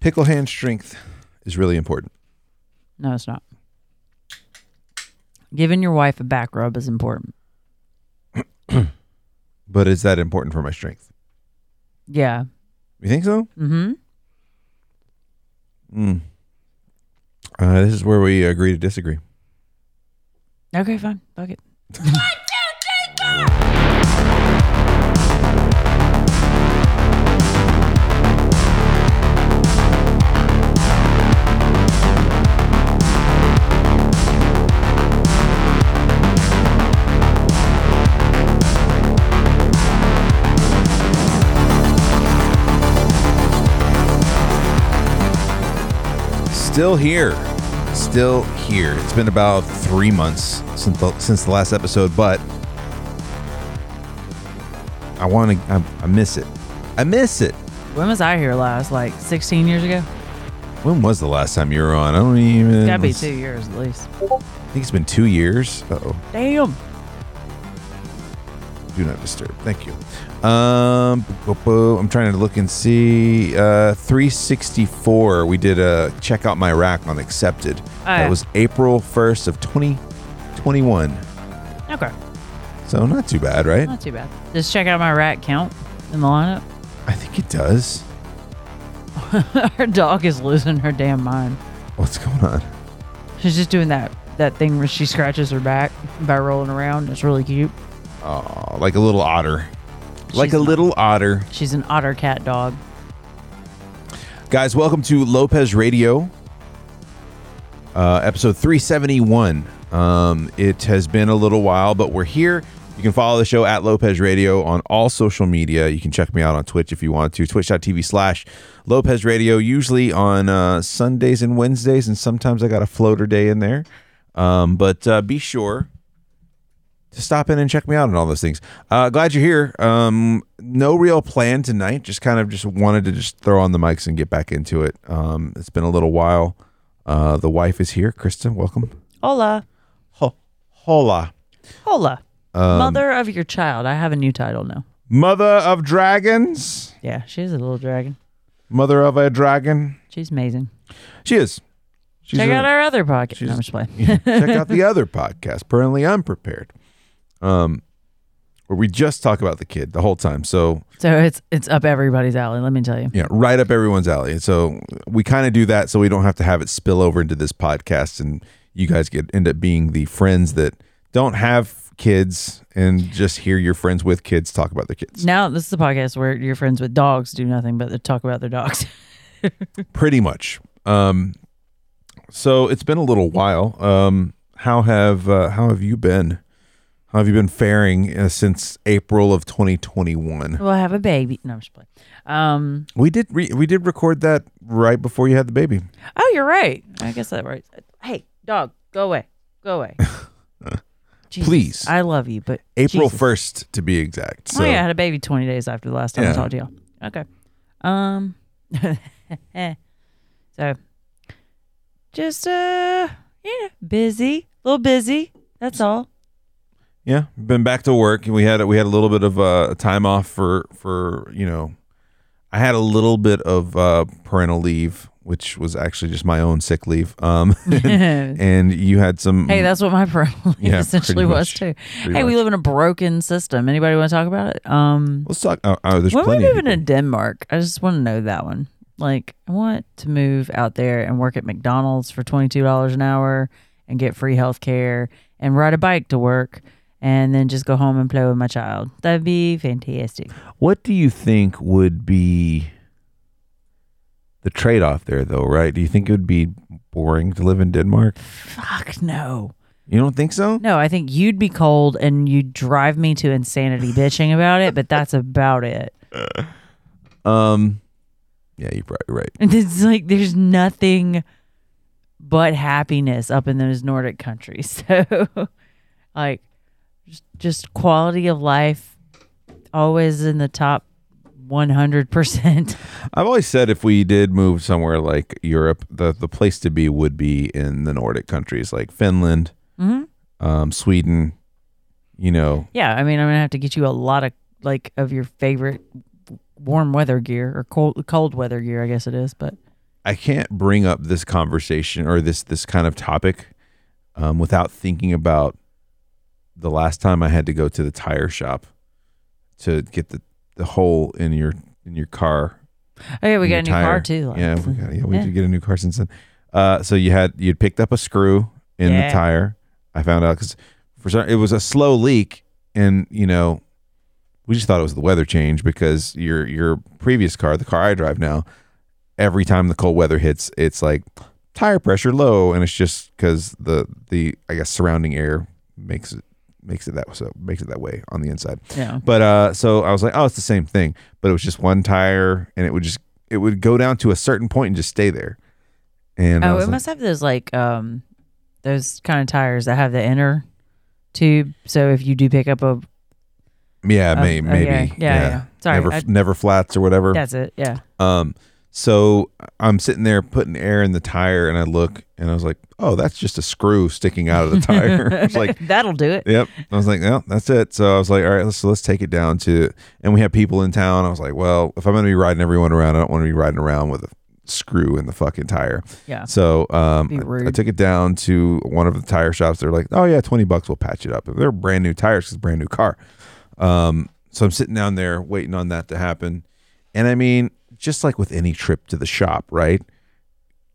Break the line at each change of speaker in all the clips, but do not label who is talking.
Pickle hand strength is really important.
No, it's not. Giving your wife a back rub is important.
But is that important for my strength?
Yeah.
You think so?
Mm-hmm.
Mm. Uh, this is where we agree to disagree.
Okay, fine. Fuck it.
Still here. Still here. It's been about three months since the, since the last episode, but I want to. I, I miss it. I miss it.
When was I here last? Like 16 years ago?
When was the last time you were on? I don't even.
Gotta be two years at least.
I think it's been two years. Uh oh.
Damn.
Do not disturb. Thank you. Um, boop, boop. I'm trying to look and see. Uh, 364. We did a check out my rack on accepted.
Oh, yeah.
That was April 1st of 2021.
Okay.
So not too bad, right?
Not too bad. Just check out my rat count in the lineup.
I think it does.
Our dog is losing her damn mind.
What's going on?
She's just doing that that thing where she scratches her back by rolling around. It's really cute.
Oh, like a little otter. like
She's
a
not-
little otter.
She's an otter cat dog.
Guys, welcome to Lopez Radio, uh, episode 371. Um, it has been a little while, but we're here. You can follow the show at Lopez Radio on all social media. You can check me out on Twitch if you want to, twitch.tv slash Lopez Radio, usually on uh, Sundays and Wednesdays, and sometimes I got a floater day in there. Um, but uh, be sure to stop in and check me out and all those things. Uh, glad you're here. Um, no real plan tonight. Just kind of just wanted to just throw on the mics and get back into it. Um, it's been a little while. Uh, the wife is here. Kristen, welcome.
Hola.
Ho- hola.
Hola. Mother of your child. I have a new title now.
Mother of dragons.
Yeah, she's a little dragon.
Mother of a dragon.
She's amazing.
She is. She's
Check
a-
out our other pocket. No,
she's-
I'm just playing.
check out the other podcast, Currently Unprepared, um, where we just talk about the kid the whole time. So
So it's it's up everybody's alley. Let me tell you.
Yeah, right up everyone's alley. So we kind of do that so we don't have to have it spill over into this podcast and you guys get end up being the friends that don't have kids and just hear your friends with kids talk about their kids.
Now this is a podcast where your friends with dogs do nothing but talk about their dogs. Mm-hmm.
Pretty much. Um so it's been a little while. Um how have uh, how have you been? How have you been faring uh, since April of 2021?
we'll have a baby. No, I'm just playing. Um.
We did re- we did record that right before you had the baby.
Oh, you're right. I guess that right. Hey, dog, go away. Go away. Jesus,
Please.
I love you, but
April
Jesus.
1st to be exact. So
Oh yeah, I had a baby 20 days after the last time
Yeah.
I talked to y'all. Okay. Um. so, just uh, yeah, busy, a little busy. That's all.
Yeah, been back to work. We had we had a little bit of uh, time off for for you know, I had a little bit of uh, parental leave, which was actually just my own sick leave. Um,
hey,
and you had some.
that's what my problem
Yeah,
essentially
pretty
was
much.
too. Hey,
pretty
we
much-
live in a broken system. Anybody want to talk about it? Um,
Let's talk. Oh, oh, there's
when we
plenty. Of
moving to
people.
Denmark, I just want to know that one. Like, I want to move out there and work at McDonald's for twenty two dollars an hour and get free health care and ride a bike to work and then just go home and play with my child. That'd be fantastic.
What do you think would be the trade off there, though? Right? Do you think it would be boring to live in Denmark?
Fuck no.
You don't think so?
No, I think you'd be cold and you'd drive me to insanity bitching about it, but that's about it.
Um, yeah, you're probably right.
And it's like there's nothing but happiness up in those Nordic countries. So like just, just quality of life always in the top 100%.
I've always said if we did move somewhere like Europe, the the place to be would be in the Nordic countries like Finland,
Mhm.
um, Sweden. You know,
Yeah, I mean I'm going to have to get you a lot of like of your favorite warm weather gear or cold cold weather gear I guess it is, but
I can't bring up this conversation or this this kind of topic um, without thinking about the last time I had to go to the tire shop to get the, the hole in your in your car.
Oh yeah, we
in
got
your
a new car
tire.
too.
yeah,
Lex.
we got, yeah, we did get a new car since then. Uh, so you had you'd picked up a screw in
Yeah.
the tire. I found out because for some it was a slow leak, and you know we just thought it was the weather change because your your previous car, the car I drive now, every time the cold weather hits, it's like tire pressure low, and it's just because the the I guess surrounding air makes it makes it that so makes it that way on the inside.
Yeah.
But uh, so I was like, oh, it's the same thing, but it was just one tire, and it would just it would go down to a certain point and just stay there. And I
Oh,
was
it
like,
must have those like um those kind of tires that have the inner tube. So if you do pick up a
yeah,
a-
may,
a-
maybe,
Oh, yeah, yeah, yeah. Sorry,
never,
I-
never flats or whatever.
that's it. Yeah.
Um, so I'm sitting there putting air in the tire, and I look, and I was like, oh, that's just a screw sticking out of the tire. I was like,
that'll do it.
yep. I was like, no, that's it. So I was like, all right, let's so let's take it down to. And we had people in town. I was like, well, if I'm gonna be riding everyone around, I don't want to be riding around with a screw in the fucking tire.
Yeah.
So um,
Be
I- I,
rude.
took it down to one of the tire shops. They're like, "Oh yeah, twenty bucks, we'll patch it up." They're brand new tires. 'cause It's a brand new car. Um, so I'm sitting down there waiting on that to happen. And I mean, just like with any trip to the shop, right?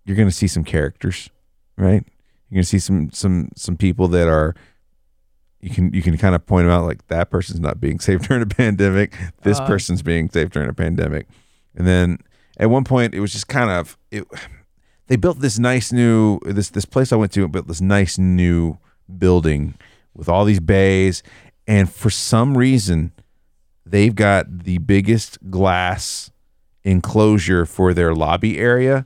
You're gonna see some characters, right? You're gonna see some some some people that are. You can you can kind of point them out like that person's not being safe during a pandemic. This
Uh.
person's being safe during a pandemic, and then at one point it was just kind of it they built this nice new this this place I went to built this nice new building with all these bays, and for some reason, they've got the biggest glass enclosure for their lobby area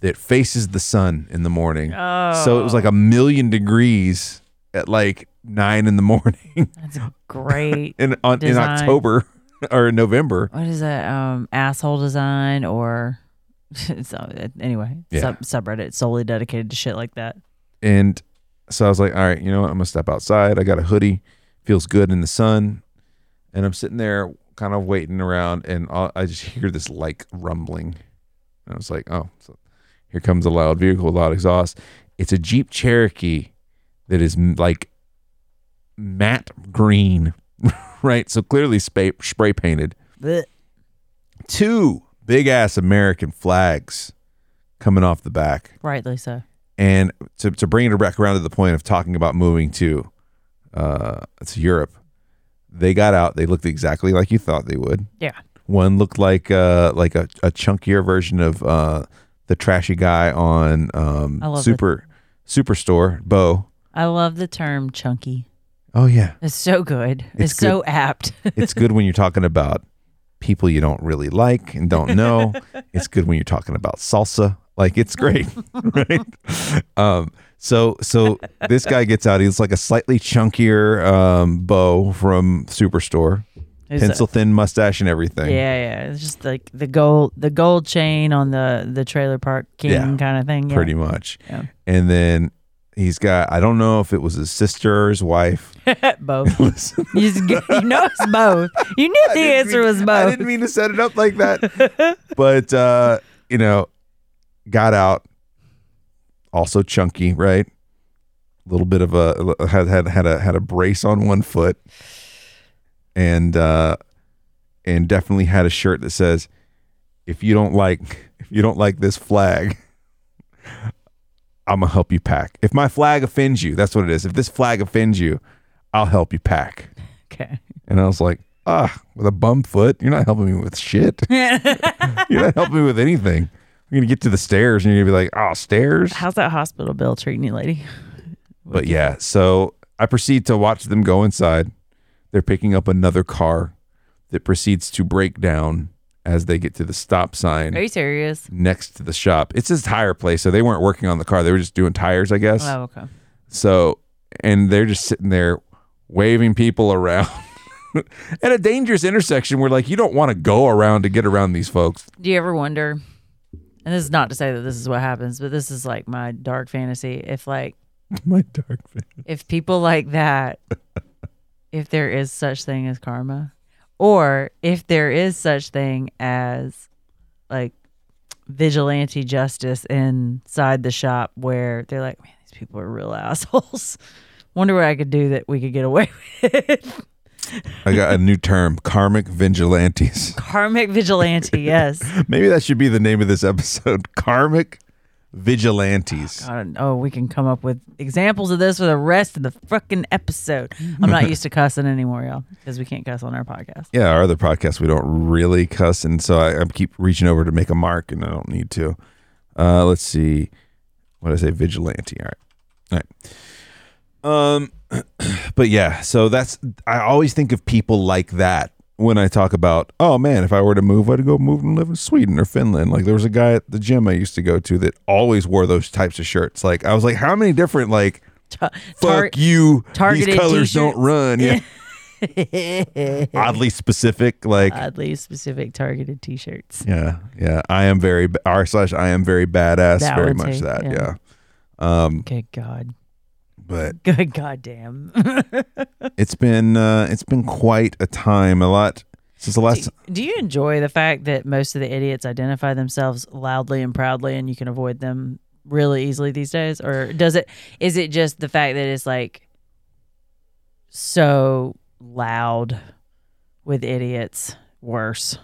that faces the sun in the morning.
Oh,
So it was like a million degrees at like nine in the morning
that's great.
in on, in
Design.
October or November.
what is that? Um, asshole design or so, anyway,
Yeah.
sub, subreddit solely dedicated to shit like that.
And so I was like, all right, you know what? I'm gonna step outside. I got a hoodie, feels good in the sun, and I'm sitting there kind of waiting around, and all, I just hear this like rumbling, and I was like, oh, so here comes a loud vehicle, loud exhaust. It's a Jeep Cherokee that is m- like matte green, right? So clearly spray, spray painted
Blech.
two big ass American flags coming off the back.
Rightly so.
And to, to bring it back around to the point of talking about moving to uh, to Europe, they got out. They looked exactly like you thought they would.
Yeah.
One looked like uh, like a, a chunkier version of uh, the trashy guy on um,
I love
Super Superstore Bo.
I love the term chunky.
Oh yeah,
It's so good.
It's
It's, so apt.
it's good when you're talking about people you don't really like and don't know. it's good when you're talking about salsa. Like it's great, right? Um, so so this guy gets out. He's like a slightly chunkier um, Bo from Superstore,
It's a-
pencil thin mustache and everything.
Yeah, yeah. It's just like the gold, the gold chain on the the trailer park king
Yeah.
kind of thing. Yeah.
pretty much.
Yeah.
And then he's got I don't know if it was his sister or his wife.
both.
Listen,
You, just, get- you know it's both. You knew the
didn't
answer
mean-
was
I
both.
didn't mean to set it up like that. but uh, you know, got out also chunky, right? A little bit of a had had had a had a brace on one foot and uh and definitely had a shirt that says if you don't like if you don't like this flag I'm gonna help you pack. If my flag offends you, that's what it is. If this flag offends you, I'll help you pack.
Okay.
And I was like, ah, with a bum foot, you're not helping me with shit. you're not helping me with anything. I'm gonna get to the stairs and you're gonna be like, oh, stairs.
How's that hospital bill treating you, lady?
But yeah, so I proceed to watch them go inside. They're picking up another car that proceeds to break down as they get to the stop
Are
sign
you serious?
next to the shop. It's this tire place, so they weren't working on the car. They were just doing tires, I guess.
Oh, okay.
So, and they're just sitting there waving people around at a dangerous intersection where, like, you don't want to go around to get around these folks.
Do you ever wonder? And this is not to say that this is what happens, but this is like my dark fantasy. If like
My dark fan.
if people like that if there is such thing as karma or if there is such thing as like vigilante justice inside the shop where they're like, man, these people are real assholes. Wonder what I could do that we could get away with.
I got a new term: karmic vigilantes.
Karmic vigilante, yes.
Maybe that should be the name of this episode: karmic vigilantes.
God, oh, we can come up with examples of this for the rest of the fucking episode. I'm not used to cussing anymore, y'all, because we can't cuss on our podcast.
yeah, our other podcast we don't really cuss, and so I, I keep reaching over to make a mark, and I don't need to. Uh, let's see, what did I say? Vigilante. All right, all right. Um, but yeah, so that's I always think of people like that when I talk about. Oh man, if I were to move, I'd go move and live in Sweden or Finland. Like there was a guy at the gym I used to go to that always wore those types of shirts. Like I was like, how many different like
Tar-
fuck you? These
targeted
colors
t-shirts.
don't run. Yeah, oddly specific. Like
Oddly specific targeted T-shirts.
Yeah, yeah. I am very b- r slash. I am very badass.
That
very
would
much
take-
that. Yeah.
yeah. Good God.
but
Good goddamn.
it's been uh, it's been quite a time. A lot since the last.
Do you enjoy the fact that most of the idiots identify themselves loudly and proudly and you can avoid them really easily these days? Or does it is it just the fact that it's like so loud with idiots worse?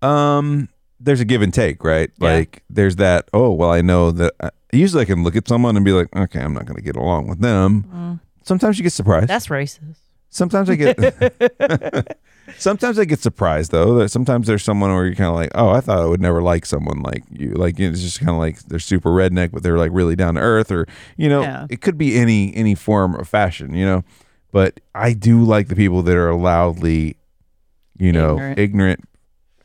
Um, there's a give and take, right?
Yeah.
Like there's that. Oh well, I know that. I, usually, I can look at someone and be like, okay, I'm not going to get along with them.
Mm,
Sometimes you get surprised.
that's racist.
Sometimes I get. sometimes I get surprised though. That sometimes there's someone where you're kind of like, oh, I thought I would never like someone like you. Like it's just kind of like they're super redneck, but they're like really down to earth, or you know,
Yeah.
it could be any any form of fashion, you know. But I do like the people that are loudly, you know,
Ignorant.
ignorant.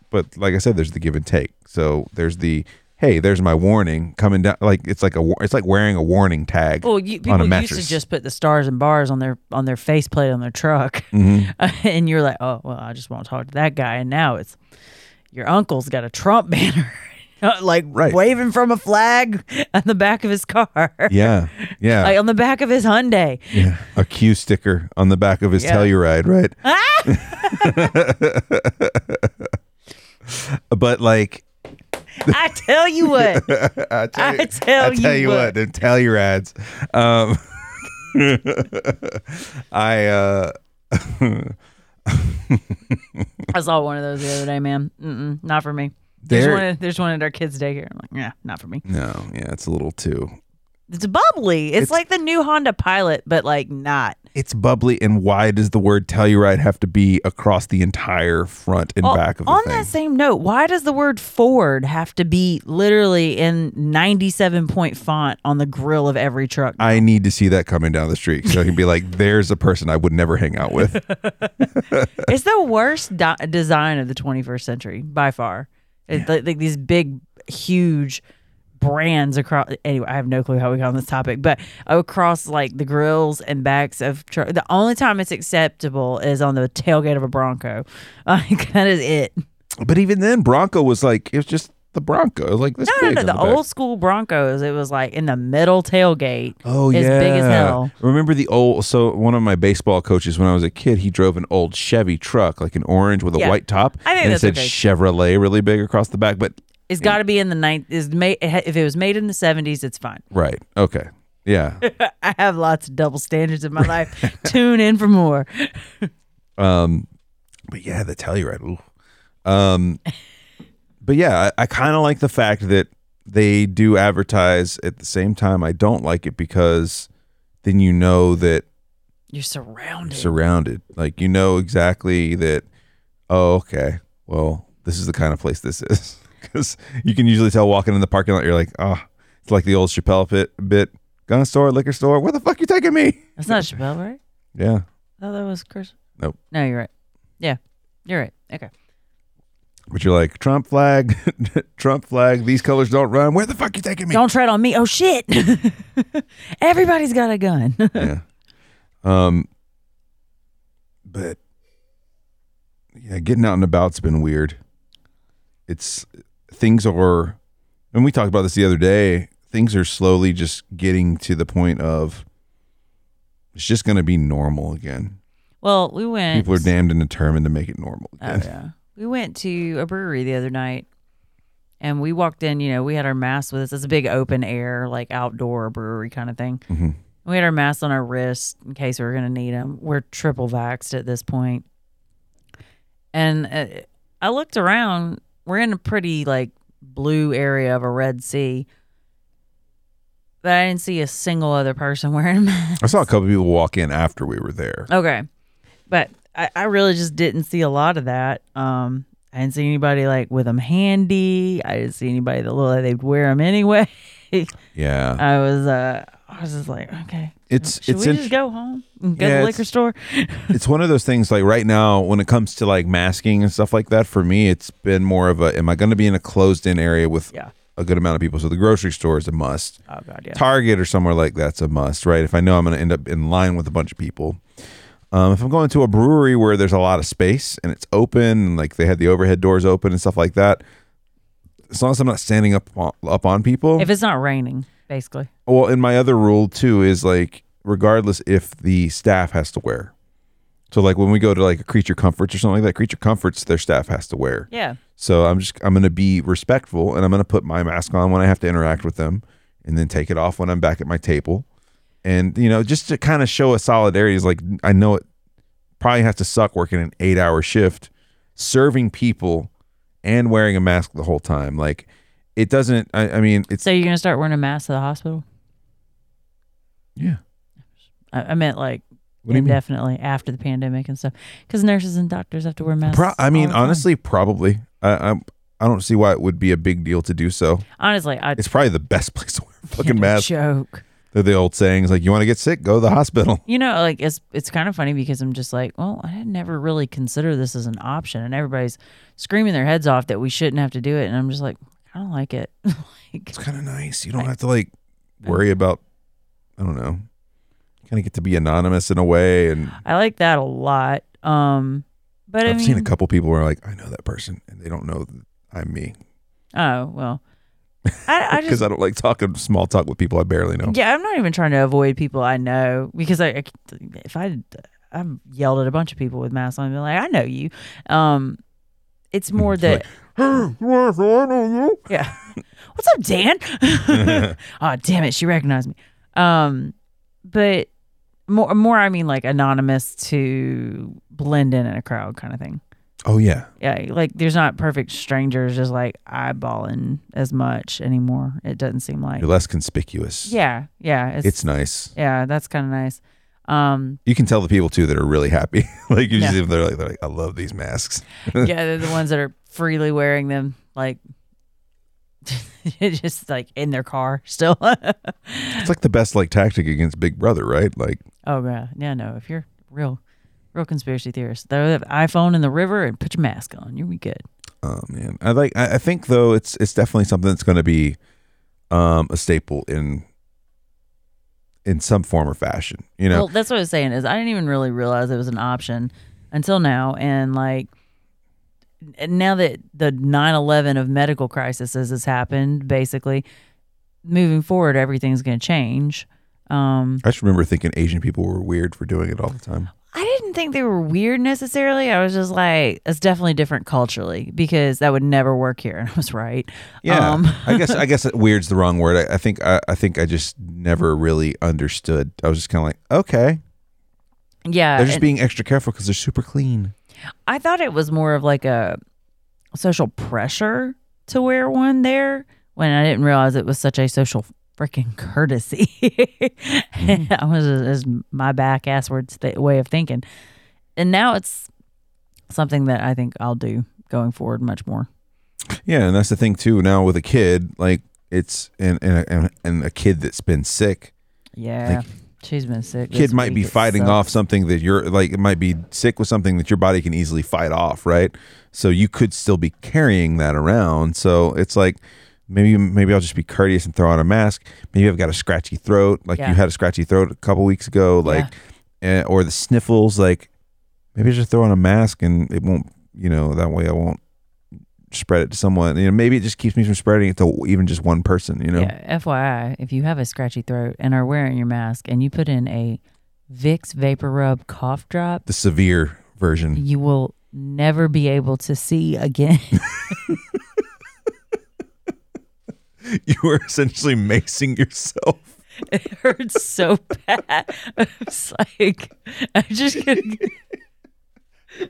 But like I said, there's the give and take. So there's the hey, there's my warning coming down. Like it's like a wa- it's like wearing a warning tag.
Well, you,
On a
people used to
mattress.
just put the stars and bars on their on their faceplate on their truck.
Mhm.
and you're like, oh well, I just won't talk to that guy. And now it's your uncle's got a Trump banner, like
Right.
waving from a flag on the back of his car,
Yeah, yeah.
like on the back of his Hyundai.
Yeah, a Q sticker on the back of his
Yeah.
Telluride, right? but like,
I tell you what,
I tell
I tell
I tell
you
you what,
what.
the Tellurides. Um, I uh,
I saw one of those the other day, man. Mm-mm, not for me. There's
There-
one, at, there's one at our kids' daycare. I'm like, yeah, not for me.
no, yeah, it's a little too.
It's bubbly. It's,
It's-
like the new Honda Pilot, but like not.
It's bubbly, and why does the word Telluride have to be across the entire front and
Well,
back of the
Oh, on
thing?
that same note, why does the word Ford have to be literally in 97 point font on the grill of every truck?
I need to see that coming down the street so I can be like, "There's a person I would never hang out with."
it's the worst di- design of the 21st century by far. It's like, like these big, huge brands across. Anyway, I have no clue how we got on this topic, but across like the grills and backs of truck. The only time it's acceptable is on the tailgate of a Bronco. Like, that is it.
But even then, Bronco was like, it was just the Bronco. It was like this
No,
big
no, no.
on
The
the back.
old school Broncos, it was like in the middle tailgate.
Oh
as
yeah,
big as hell.
Remember the old? So one of my baseball coaches, when I was a kid, he drove an old Chevy truck, like an orange with a
Yeah.
white top,
I think
and
that's
it said
okay.
Chevrolet really big across the back. But
It's got to be in the ninth. Is made if it was made in the seventies, it's fine.
right, okay, yeah.
I have lots of double standards in my life. Tune in for more.
Um, but yeah, the Telluride. Ooh. Um, but yeah, I, I kind of like the fact that they do advertise at the same time. I don't like it because then you know that
You're surrounded.
surrounded. Like you know exactly that. Oh, okay. Well, this is the kind of place this is because you can usually tell walking in the parking lot. You're like, oh, it's like the old Chappelle pit, bit gun store, liquor store. Where the fuck you taking me?
That's not Chappelle, right?
Yeah.
Oh, that was Chris.
Nope.
No, you're right. Yeah, you're right. Okay.
But you're like Trump flag, Trump flag. These colors don't run. Where the fuck you taking me?
Don't tread on me. Oh shit! Everybody's got a gun.
yeah. Um. But yeah, getting out and about's been weird. It's things are, and we talked about this the other day. Things are slowly just getting to the point of it's just going to be normal again.
well, we went.
People are damned and determined to make it normal
Oh
again.
yeah. We went to a brewery the other night And we walked in, you know, we had our masks with us. It's a big open air, like outdoor brewery kind of thing.
Mhm.
We had our masks on our wrists in case we were going to need them. We're triple vaxxed at this point. And uh, I looked around. We're in a pretty, like, blue area of a Red Sea. But I didn't see a single other person wearing a mask.
I saw a couple people walk in after we were there.
Okay. But I, I really just didn't see a lot of that. Um, I didn't see anybody like with them handy. I didn't see anybody that looked like they'd wear them anyway.
Yeah,
I was, uh, I was just like, okay,
it's
should
it's
we
in-
just go home and go
Yeah,
to the
it's-
liquor store?
it's one of those things. Like right now, when it comes to like masking and stuff like that, for me, it's been more of a: Am I going to be in a closed-in area with
Yeah.
a good amount of people? So the grocery store is a must.
Oh god, yeah.
Target or somewhere like that's a must, right? If I know I'm going to end up in line with a bunch of people. Um, if I'm going to a brewery where there's a lot of space and it's open, and like they had the overhead doors open and stuff like that, as long as I'm not standing up on, up on people.
If it's not raining, basically.
well, and my other rule too is like, regardless if the staff has to wear. So like when we go to like a creature comforts or something like that, creature comforts their staff has to wear.
Yeah.
So I'm just I'm gonna be respectful and I'm gonna put my mask on when I have to interact with them, and then take it off when I'm back at my table, and you know just to kind of show a solidarity is like I know it probably has to suck working an eight hour shift, serving people, and wearing a mask the whole time. Like it doesn't. I, I mean it's
So you're gonna start wearing a mask to the hospital?
yeah.
I, I meant like
What do you mean?
indefinitely after the pandemic and stuff, because nurses and doctors have to wear masks.
Pro- I mean
all the time.
honestly, probably I, I I don't see why it would be a big deal to do so.
honestly, I
It's probably the best place to wear a fucking
can't
mask.
joke.
They're the old sayings like you want to get sick, go to the hospital.
you know like it's it's kind of funny because i'm just like well i had never really considered this as an option and everybody's screaming their heads off that we shouldn't have to do it and i'm just like i don't like it like
it's kind of nice. You don't have to like worry about. I don't know. Kind of get to be anonymous in a way, and
i like that a lot um but i
I've
mean
seen a couple people where like I know that person, and they don't know that I'm me
oh well i, I
because
just
I don't like talking small talk with people I barely know.
yeah i'm not even trying to avoid people i know because i, I if i i've yelled at a bunch of people with masks on and been like i know you um it's
Mm,
more that Yeah. What's up, Dan? oh, damn it, she recognized me. Um, but more, more, I mean, like anonymous to blend in in a crowd kind of thing.
oh yeah,
Yeah, like there's not perfect strangers just like eyeballing as much anymore. It doesn't seem like.
you're less conspicuous.
Yeah, yeah, it's,
it's nice.
yeah, that's kind of nice. Um,
You can tell the people too that are really happy. like you
Yeah.
see them, they're like, they're like, I love these masks.
yeah, they're the ones that are freely wearing them, like. just like in their car still.
It's like the best like tactic against Big Brother, right? Like
Oh yeah, yeah. No, if you're real, real conspiracy theorist, throw the iPhone in the river and put your mask on. You'll be good.
Oh man, I like. I, I think though, it's it's definitely something that's going to be um, a staple in in some form or fashion. You know,
Well, that's what I was saying is I didn't even really realize it was an option until now, and like n- now that the 9/11 of medical crises has happened, basically moving forward, everything's going to change. Um,
I just remember thinking Asian people were weird for doing it all the time.
I didn't think they were weird necessarily. I was just like, it's definitely different culturally because that would never work here, and I was right.
Yeah,
Um.
I guess I guess that weird's the wrong word. I, I think I, I think I just never really understood. I was just kind of like, okay,
yeah,
they're just
Uh, and-
being extra careful because they're super clean.
I thought it was more of like a social pressure to wear one there when I didn't realize it was such a social freaking courtesy. I was is my back asswards th- way of thinking, and now it's something that I think I'll do going forward much more.
Yeah, and that's the thing too. Now with a kid, like it's and and and, and a kid that's been sick.
Yeah, she's been sick.
kid
this
might be
week. It
fighting
sucks.
off something that you're like it might be sick with something that your body can easily fight off right so you could still be carrying that around so it's like maybe maybe i'll just be courteous and throw on a mask maybe i've got a scratchy throat like
Yeah.
you had a scratchy throat a couple weeks ago like eh, or the sniffles like maybe I just throw on a mask and it won't you know that way i won't spread it to someone you know maybe it just keeps me from spreading it to even just one person you know
Yeah, FYI, if you have a scratchy throat and are wearing your mask and you put in a Vicks Vapor Rub cough drop,
the severe
Mm-hmm.
version
you will never be able to see again.
you were essentially macing yourself.
It hurts so bad. I was like, I'm just gonna.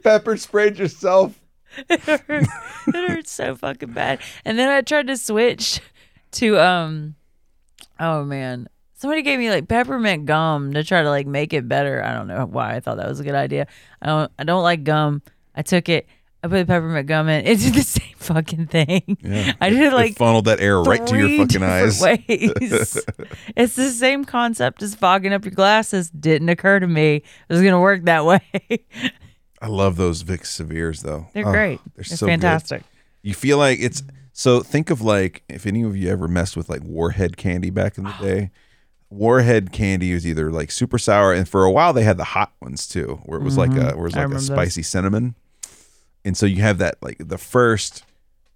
Pepper sprayed yourself.
It hurt. it hurt so fucking bad. And then I tried to switch to um. Oh man, somebody gave me like peppermint gum to try to like make it better. I don't know why I thought that was a good idea. I don't. I don't like gum. I took it. I put the peppermint gum in. It did the same fucking thing. I did it like
funneled that air right to
three
your fucking
different
eyes.
Ways. it's the same concept as fogging up your glasses. Didn't occur to me it was gonna work that way.
I love those Vic Severes though.
They're
Oh,
great.
They're
They're
so fantastic.
fantastic.
You feel like it's so think of like if any of you ever messed with like warhead candy back in the
Oh.
day. Warhead candy was either like super sour, and for a while they had the hot ones too, where it was like a where it was
Mm-hmm. I
like a
remember those.
spicy cinnamon. And so you have that like the first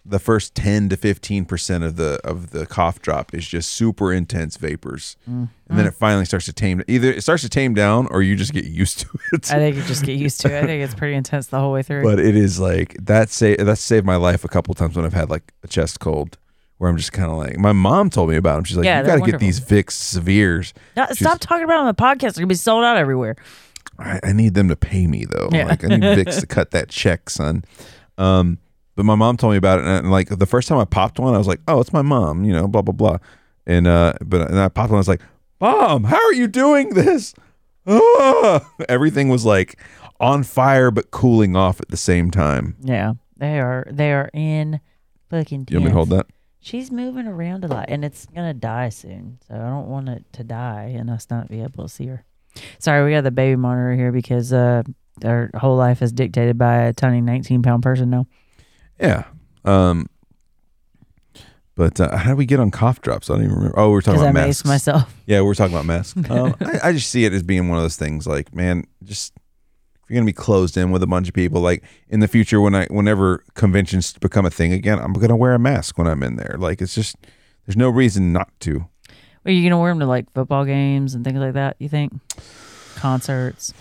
the first ten to fifteen percent of the of the cough drop is just super intense vapors.
Mm.
And then it finally starts to tame either it starts to tame down or you just get used to it.
I think you just get used to it. I think it's pretty intense the whole way through.
but it is like that sa- that saved my life a couple times when I've had like a chest cold where I'm just kind of like my mom told me about them. She's like,
Yeah,
you got
they're
to get these Vicks Severes.
No, stop talking about it on the podcast. They're gonna be sold out everywhere.
I, I need them to pay me though.
Yeah.
Like I need Vicks to cut that check, son. Um, but my mom told me about it, and, and, like the first time I popped one, I was like, oh, it's my mom, you know, blah blah blah. And uh, but and I popped one, I was like, mom, how are you doing this? Ah! Everything was like on fire but cooling off at the same time.
Yeah, they are. They are in fucking.
You want me to
tenth.
hold that?
She's moving around a lot, and it's gonna die soon. So I don't want it to die and us not be able to see her. Sorry, we got the baby monitor here because uh, our whole life is dictated by a tiny 19 pound person now.
Yeah. Um. But uh, how do we get on cough drops? I don't even remember. Oh, we are talking
Because I
about
maced
masks.
myself.
Yeah, we are talking about masks. um, I, I just see it as being one of those things. Like, man, just if you're gonna be closed in with a bunch of people, like in the future when I, whenever conventions become a thing again, I'm gonna wear a mask when I'm in there. Like, it's just there's no reason not to.
Are you gonna wear them to like football games and things like that? You think? Concerts.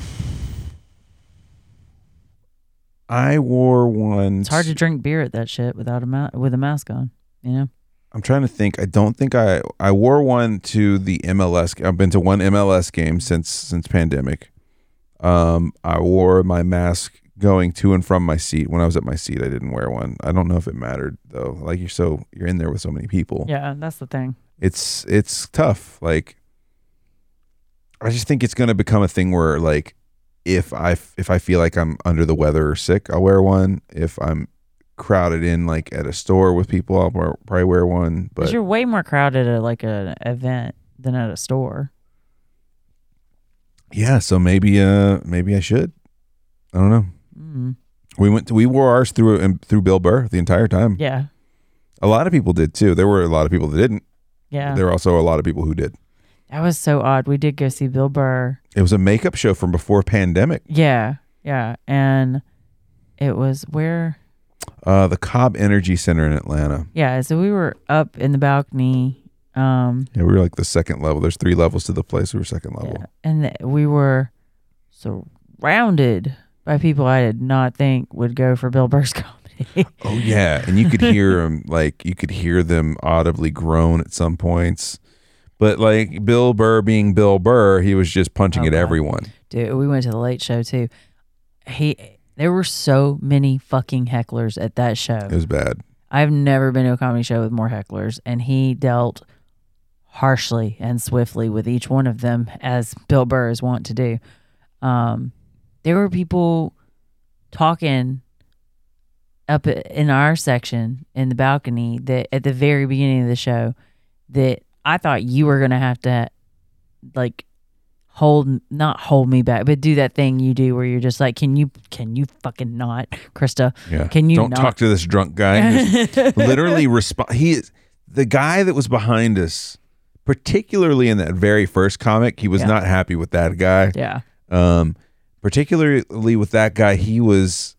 I wore one.
It's hard to drink beer at that shit without a ma- with a mask on. You know.
I'm trying to think. I don't think I I wore one to the MLS. I've been to one MLS game since since pandemic. Um, I wore my mask going to and from my seat. When I was at my seat, I didn't wear one. I don't know if it mattered though. Like you're so you're in there with so many people.
Yeah, that's the thing.
It's it's tough. Like I just think it's going to become a thing where like if I f- if I feel like I'm under the weather or sick, I'll wear one. If I'm crowded in like at a store with people, I'll wear, probably wear one. But
Because you're way more crowded at like an event than at a store.
Yeah, so maybe uh maybe I should. I don't know.
Mm,
We went to, we wore ours through um, through Bill Burr the entire time.
yeah,
A lot of people did too. There were a lot of people that didn't.
yeah.
There were also a lot of people who did.
That was so odd. We did go see Bill Burr.
It was a makeup show from before pandemic.
Yeah, yeah. And it was where,
Uh the Cobb Energy Center in Atlanta.
yeah. So we were up in the balcony. Um,
Yeah, we were like the second level. There's three levels to the place. We were second level.
yeah, and th- we were surrounded by people I did not think would go for Bill Burr's comedy.
Oh yeah, and you could hear them like you could hear them audibly groan at some points. But like Bill Burr being Bill Burr, he was just punching
Oh,
at
God.
everyone.
Dude, we went to the late show too. He, there were so many fucking hecklers at that show.
It was bad.
I've never been to a comedy show with more hecklers, and he dealt harshly and swiftly with each one of them, as Bill Burr is wont to do. Um, there were people talking up in our section in the balcony that at the very beginning of the show that I thought you were gonna have to like hold not hold me back but do that thing you do where you're just like can you can you fucking not krista
Yeah.
Can you
don't
not-
talk to this drunk guy? Just literally respond. He is the guy that was behind us, particularly in that very first comic. He was
Yeah.
not happy with that guy.
yeah
Um, particularly with that guy, he was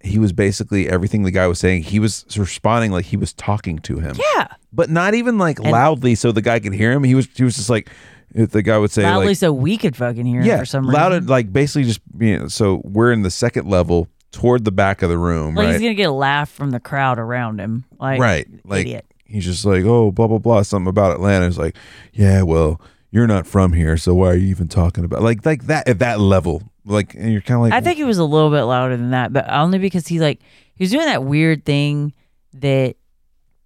he was basically everything the guy was saying. He was responding like he was talking to him,
yeah
but not even like loudly, so the guy could hear him. He was he was just like if the guy would say
loudly
like
so we could fucking hear
yeah
it for some
loud
reason.
like basically just you know, so we're in the second level toward the back of the room
Like
right
he's gonna get a laugh from the crowd around him. Like
Right, like-
idiot.
he's just like, oh, blah blah blah, something about Atlanta. It's like, yeah, well, you're not from here, so why are you even talking about like like that at that level? Like, and you're kind of like,
I think it was a little bit louder than that, but only because he like he was doing that weird thing that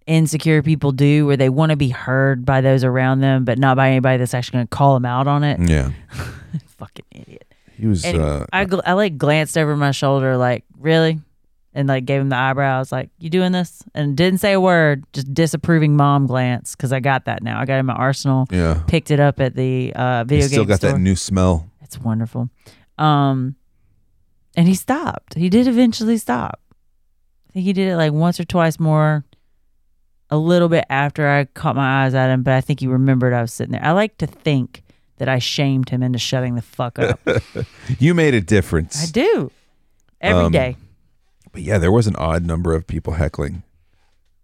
insecure people do where they want to be heard by those around them but not by anybody that's actually going to call them out on it.
yeah, Mm.
Fucking idiot.
he was.
And
uh,
I gl- I like glanced over my shoulder like, "Really?" and like gave him the eyebrows like, "You doing this?" and didn't say a word, just disapproving mom glance cuz I got that now. I got it in my arsenal.
yeah,
Picked it up at the uh
he
video
still
game
got
store.
that new smell.
It's wonderful. Um, and he stopped. He did eventually stop. I think he did it like once or twice more, a little bit after I caught my eyes at him, but I think he remembered I was sitting there. I like to think that I shamed him into shutting the fuck up.
You made a
I
difference.
do. every
Um,
day.
But yeah, there was an odd number of people heckling.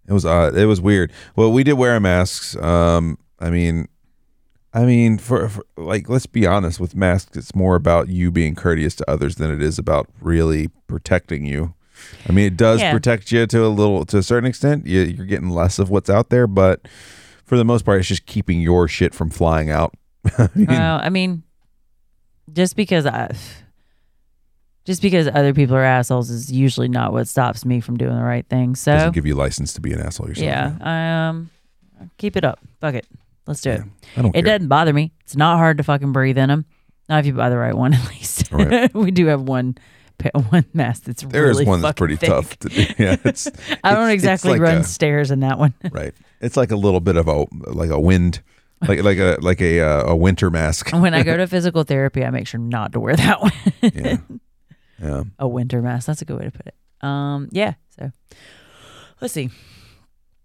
It was odd. It was weird. Well, we did wear our masks. Um, I mean, I mean, for, for like, let's be honest. With masks, it's more about you being courteous to others than it is about really protecting you. I mean, it does
Yeah.
protect you to a little, to a certain extent. You, you're getting less of what's out there, but for the most part, it's just keeping your shit from flying out. I mean,
Well, I mean, just because I, just because other people are assholes is usually not what stops me from doing the right thing. So
doesn't give you license to be an asshole yourself.
Yeah. Um, keep it up. Fuck it. Let's do it.
I don't.
It
care.
doesn't bother me. It's not hard to fucking breathe in them. Not if you buy the right one, at least.
Right.
we do have one pa- one mask that's
Oh, There is
really
one that's pretty
fucking thick.
tough. To do. Yeah, it's,
I
it's-
don't
it's
exactly
like
run
a-
stairs in that one.
Right. It's like a little bit of a like a wind, like like a like a uh, a winter mask.
when I go to physical therapy, I make sure not to wear that one.
Yeah. Yeah.
A winter mask. That's a good way to put it. Um, yeah. So let's see.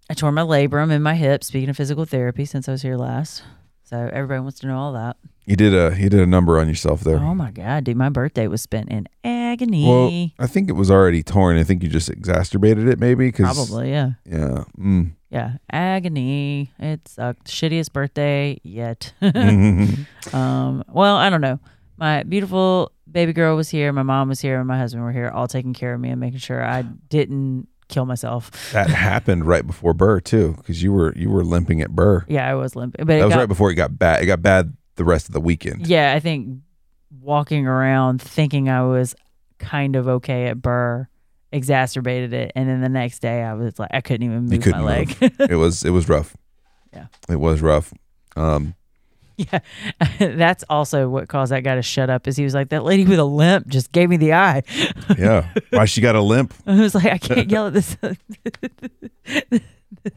I tore my labrum in my hip. Speaking of physical therapy, since I was here last, so everybody wants to know all that.
You did a you did a number on yourself there.
Oh my god, dude, my birthday was spent in agony.
well, I think it was already torn. I think you just exacerbated it, maybe. 'cause-
Probably, yeah.
Yeah. Mm.
Yeah. Agony. It sucked. Shittiest birthday yet.
Mhm.
um, well, I don't know. My beautiful baby girl was here, my mom was here, and my husband were here, all taking care of me and making sure I didn't kill myself.
that happened right before Burr too, because you were you were limping at Burr.
Yeah, I was limping. But it
that was
got,
right before it got bad. It got bad the rest of the weekend.
Yeah, I think walking around thinking I was kind of okay at Burr exacerbated it. And then the next day I was like I couldn't even move
couldn't
my leg.
move. It was it was rough.
Yeah.
It was rough. Um.
Yeah, that's also what caused that guy to shut up. Is he was like that lady with a limp just gave me the eye.
Yeah. Why she got a limp?
I was like, I can't yell at this,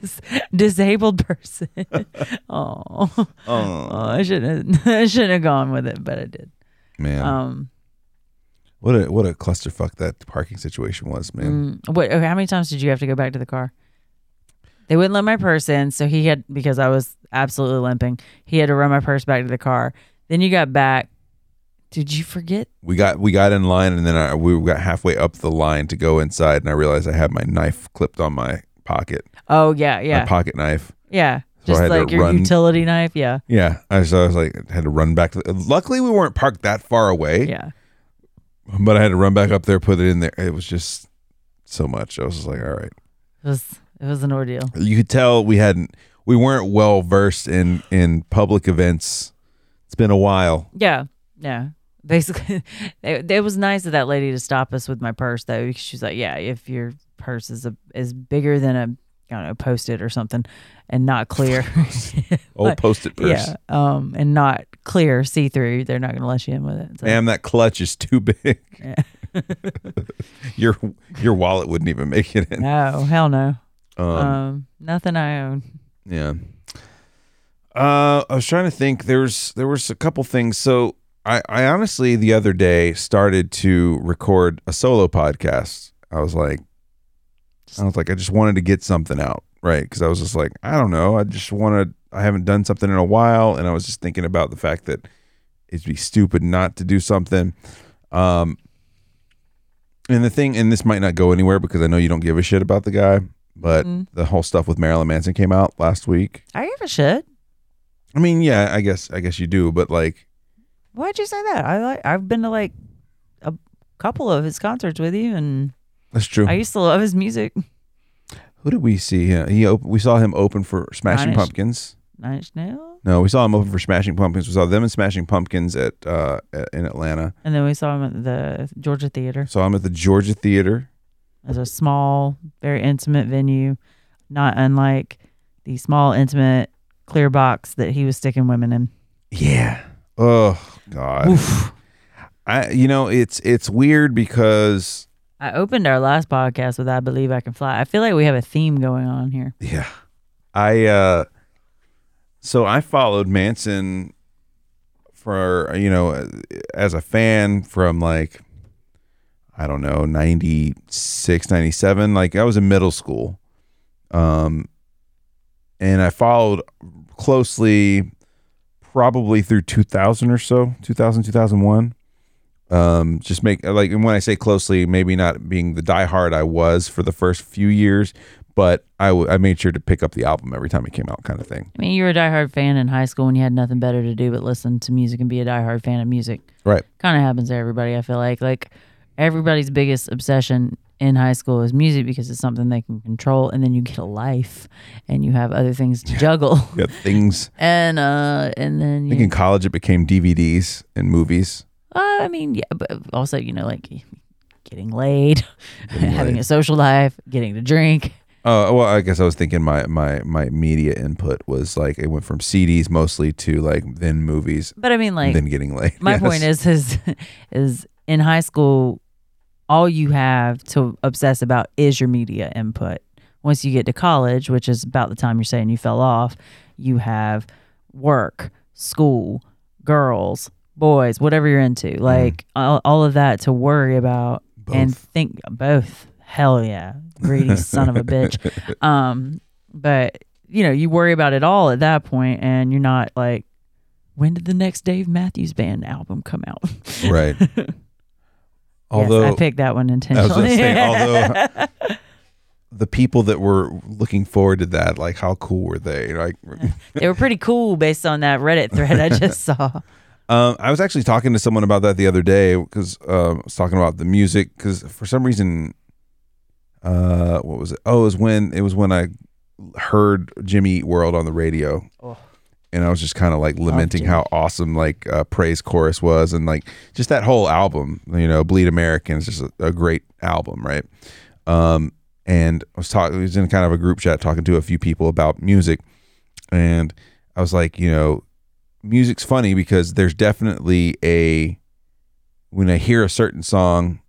this disabled person. oh,
Oh
I shouldn't have, I shouldn't have gone with it, but I did.
man.
Um,
What a what a clusterfuck that parking situation was, man.
mm, what? okay, How many times did you have to go back to the car? They wouldn't let my purse in, so he had because I was absolutely limping. He had to run my purse back to the car. Then you got back. Did you forget?
We got we got in line, and then I, we got halfway up the line to go inside, and I realized I had my knife clipped on my pocket,
Oh yeah, yeah.
my pocket knife.
Yeah.
So I
Just
had to
like your
run-
utility knife. Yeah.
Yeah, I, so I was like, had to run back. To the, luckily, we weren't parked that far away,
Yeah.
but I had to run back up there, put it in there. It was just so much. I was just like, all right.
It was it was an ordeal.
You could tell we hadn't we weren't well versed in in public events. It's been a while.
Yeah. Yeah. Basically, it, it was nice of that lady to stop us with my purse though. Because she was like, "Yeah, if your purse is a is bigger than a I don't know post it or something, and not clear,
Old
Like,
post-it purse.
yeah, um, and not clear see through, they're not gonna let you in with it." So,
Damn, that clutch is too big.
Yeah.
your your wallet wouldn't even make it in.
no, hell no,
Um,
um, nothing I own.
yeah. Uh, I was trying to think. There's there was a couple things. So I I honestly the other day started to record a solo podcast. I was like, I was like, I just wanted to get something out, right? Because I was just like, I don't know. I just want to. I haven't done something in a while, and I was just thinking about the fact that it'd be stupid not to do something. Um, and the thing, and this might not go anywhere because I know you don't give a shit about the guy, but
Mm.
the whole stuff with Marilyn Manson came out last week.
I give a shit.
I mean, yeah, I guess, I guess you do, but like,
Why'd you say that? I like I've been to like a couple of his concerts with you, and
that's true.
I used to love his music.
Who did we see? Yeah, he op- we saw him open for Smashing
Honest-
Pumpkins.
Nine Inch Nails.
No, we saw him open for Smashing Pumpkins. We saw them in Smashing Pumpkins at, uh, at in Atlanta.
And then we saw him at the Georgia Theater.
Saw him at the Georgia Theater.
It's a small, very intimate venue, not unlike the small, intimate clear box that he was sticking women in.
Yeah. Oh God.
Oof.
I you know it's it's weird because
I opened our last podcast with I Believe I Can Fly. I feel like we have a theme going on here.
yeah I uh so I followed Manson for you know as a fan from like I don't know 96 97 like I was in middle school um and I followed closely probably through 2000 or so 2000 2001 um just make like and when i say closely maybe not being the diehard i was for the first few years but I w- I made sure to pick up the album every time it came out kind of thing
I mean, you were a diehard fan in high school when you had nothing better to do but listen to music and be a diehard fan of music.
right
Kind of happens to everybody, I feel like. Like, everybody's biggest obsession in high school is music because it's something they can control. And then you get a life and you have other things to juggle.
yeah things
And, uh, and then
i
you.
think in college it became dvds and movies
Uh, I mean, yeah, but also, you know, like getting laid, having
laid.
a social life, getting to drink.
uh well i guess i was thinking my my my media input was like it went from cds mostly to like then movies
But I mean,
and
like,
then getting laid
my
Yes.
point is, is, is in high school, all you have to obsess about is your media input. Once you get to college, which is about the time you're saying you fell off, you have work, school, girls, boys, whatever you're into, like all, all of that to worry about and
Mm. Both.
think both. Hell yeah, greedy son of a bitch. Um, but you know, you worry about it all at that point, and you're not like, when did the next Dave Matthews Band album come out?
right although
yes, I picked that one
I was
intentionally.
gonna say, although the people that were looking forward to that, like how cool were they? Like,
they were pretty cool based on that Reddit thread I just saw.
um, I was actually talking to someone about that the other day because um I was talking about the music because for some reason, uh, what was it? Oh, it was when it was when I heard Jimmy Eat World on the radio.
Oh.
And I was just kind of like lamenting
Jimmy.
how awesome like uh, Praise Chorus was, and like just that whole album. You know, Bleed American is just a, a great album, right? um, and I was talking. I was in kind of a group chat talking to a few people about music, and I was like, you know, music's funny because there's definitely a when I hear a certain song,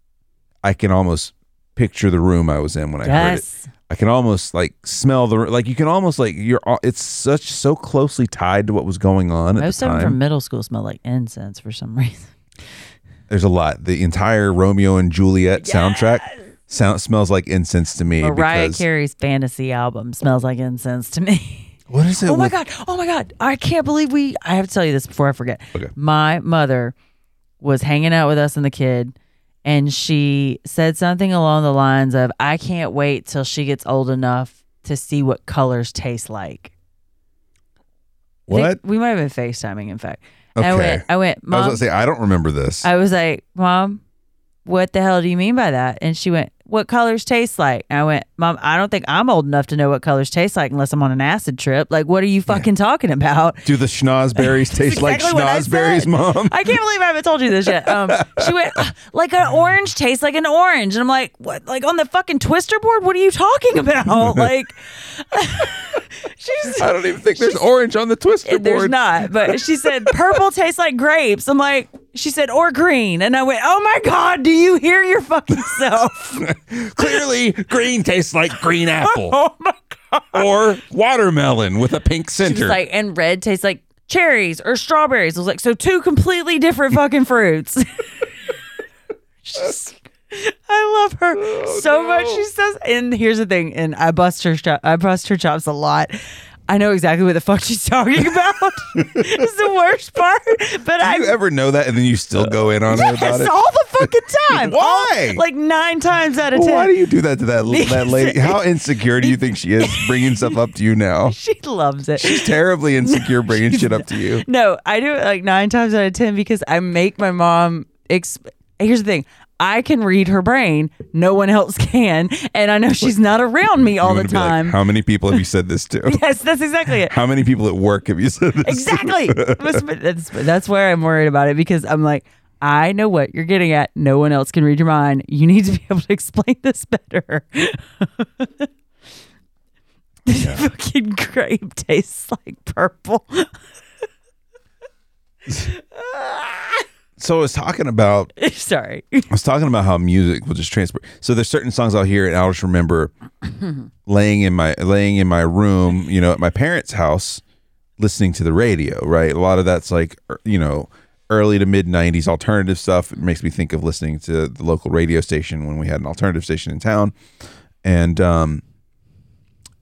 I can almost picture the room I was in when I heard it.
yes,
I can almost like smell the like you can almost like you're all- it's such so closely tied to what was going on at
most
the
of
time.
them from middle school smell like incense for some reason.
there's a lot. The entire Romeo and Juliet soundtrack sound smells like incense to me.
Mariah
because,
Carey's fantasy album smells like incense to me.
What is it?
Oh my
with-
god! Oh my god! I can't believe we. I have to tell you this before I forget.
Okay.
My mother was hanging out with us and the kid, and she said something along the lines of, "I can't wait till she gets old enough to see what colors taste like." I think
What?
We might have been FaceTiming, in fact. And I
Okay.
went. I went. Mom.
I was gonna say I don't remember this.
I was like, Mom, what the hell do you mean by that? And she went, What colors taste like? And I went, Mom, I don't think I'm old enough to know what colors taste like unless I'm on an acid trip. Like, what are you fucking talking about?
Do the schnozberries taste like
exactly what I
schnozberries,
said.
Mom?
I can't believe I haven't told you this yet. Um, she went, "Ah, like an orange tastes like an orange. And I'm like, what? Like on the fucking twister board? What are you talking about? Like, she's.
I don't even think there's orange on the twister
There's
board.
not, but she said purple tastes like grapes. I'm like, she said or green, and I went, oh my god, do you hear your fucking self?
Clearly, green tastes like green apple
oh my god.
or watermelon with a pink
It's
center.
like and red tastes like cherries or strawberries. I was like, so two completely different fucking fruits. She's- I love her
Oh,
so much. She says, and here's the thing, and I bust her, cho- I bust her chops a lot. I know exactly what the fuck she's talking about. it's the worst part, but I
Do you ever know that and then you still go in on her about
Yes,
it?
all the fucking time. All-
Why?
like nine times out of ten.
Why do you do that to that, that
Because-
lady? How insecure do you think she is bringing stuff up to you now?
she loves it.
She's terribly insecure bringing shit up to you.
No, I do it like nine times out of ten because I make my mom. Exp- Here's the thing: I can read her brain. No one else can. And I know she's not around me all
I'm
the
gonna be like,
time.
How many people have you said this to?
yes, that's exactly it.
How many people at work have you said this?
Exactly. That's- that's, that's where I'm worried about it because I'm like, I know what you're getting at. No one else can read your mind. You need to be able to explain this better. This fucking grape tastes like purple.
So I was talking about
Sorry.
I was talking about how music will just transport. So there's certain songs I'll hear and I'll just remember laying in my laying in my room, you know, at my parents' house, listening to the radio. Right, a lot of that's like er- you know, early to mid '90s alternative stuff. It makes me think of listening to the local radio station when we had an alternative station in town, and um,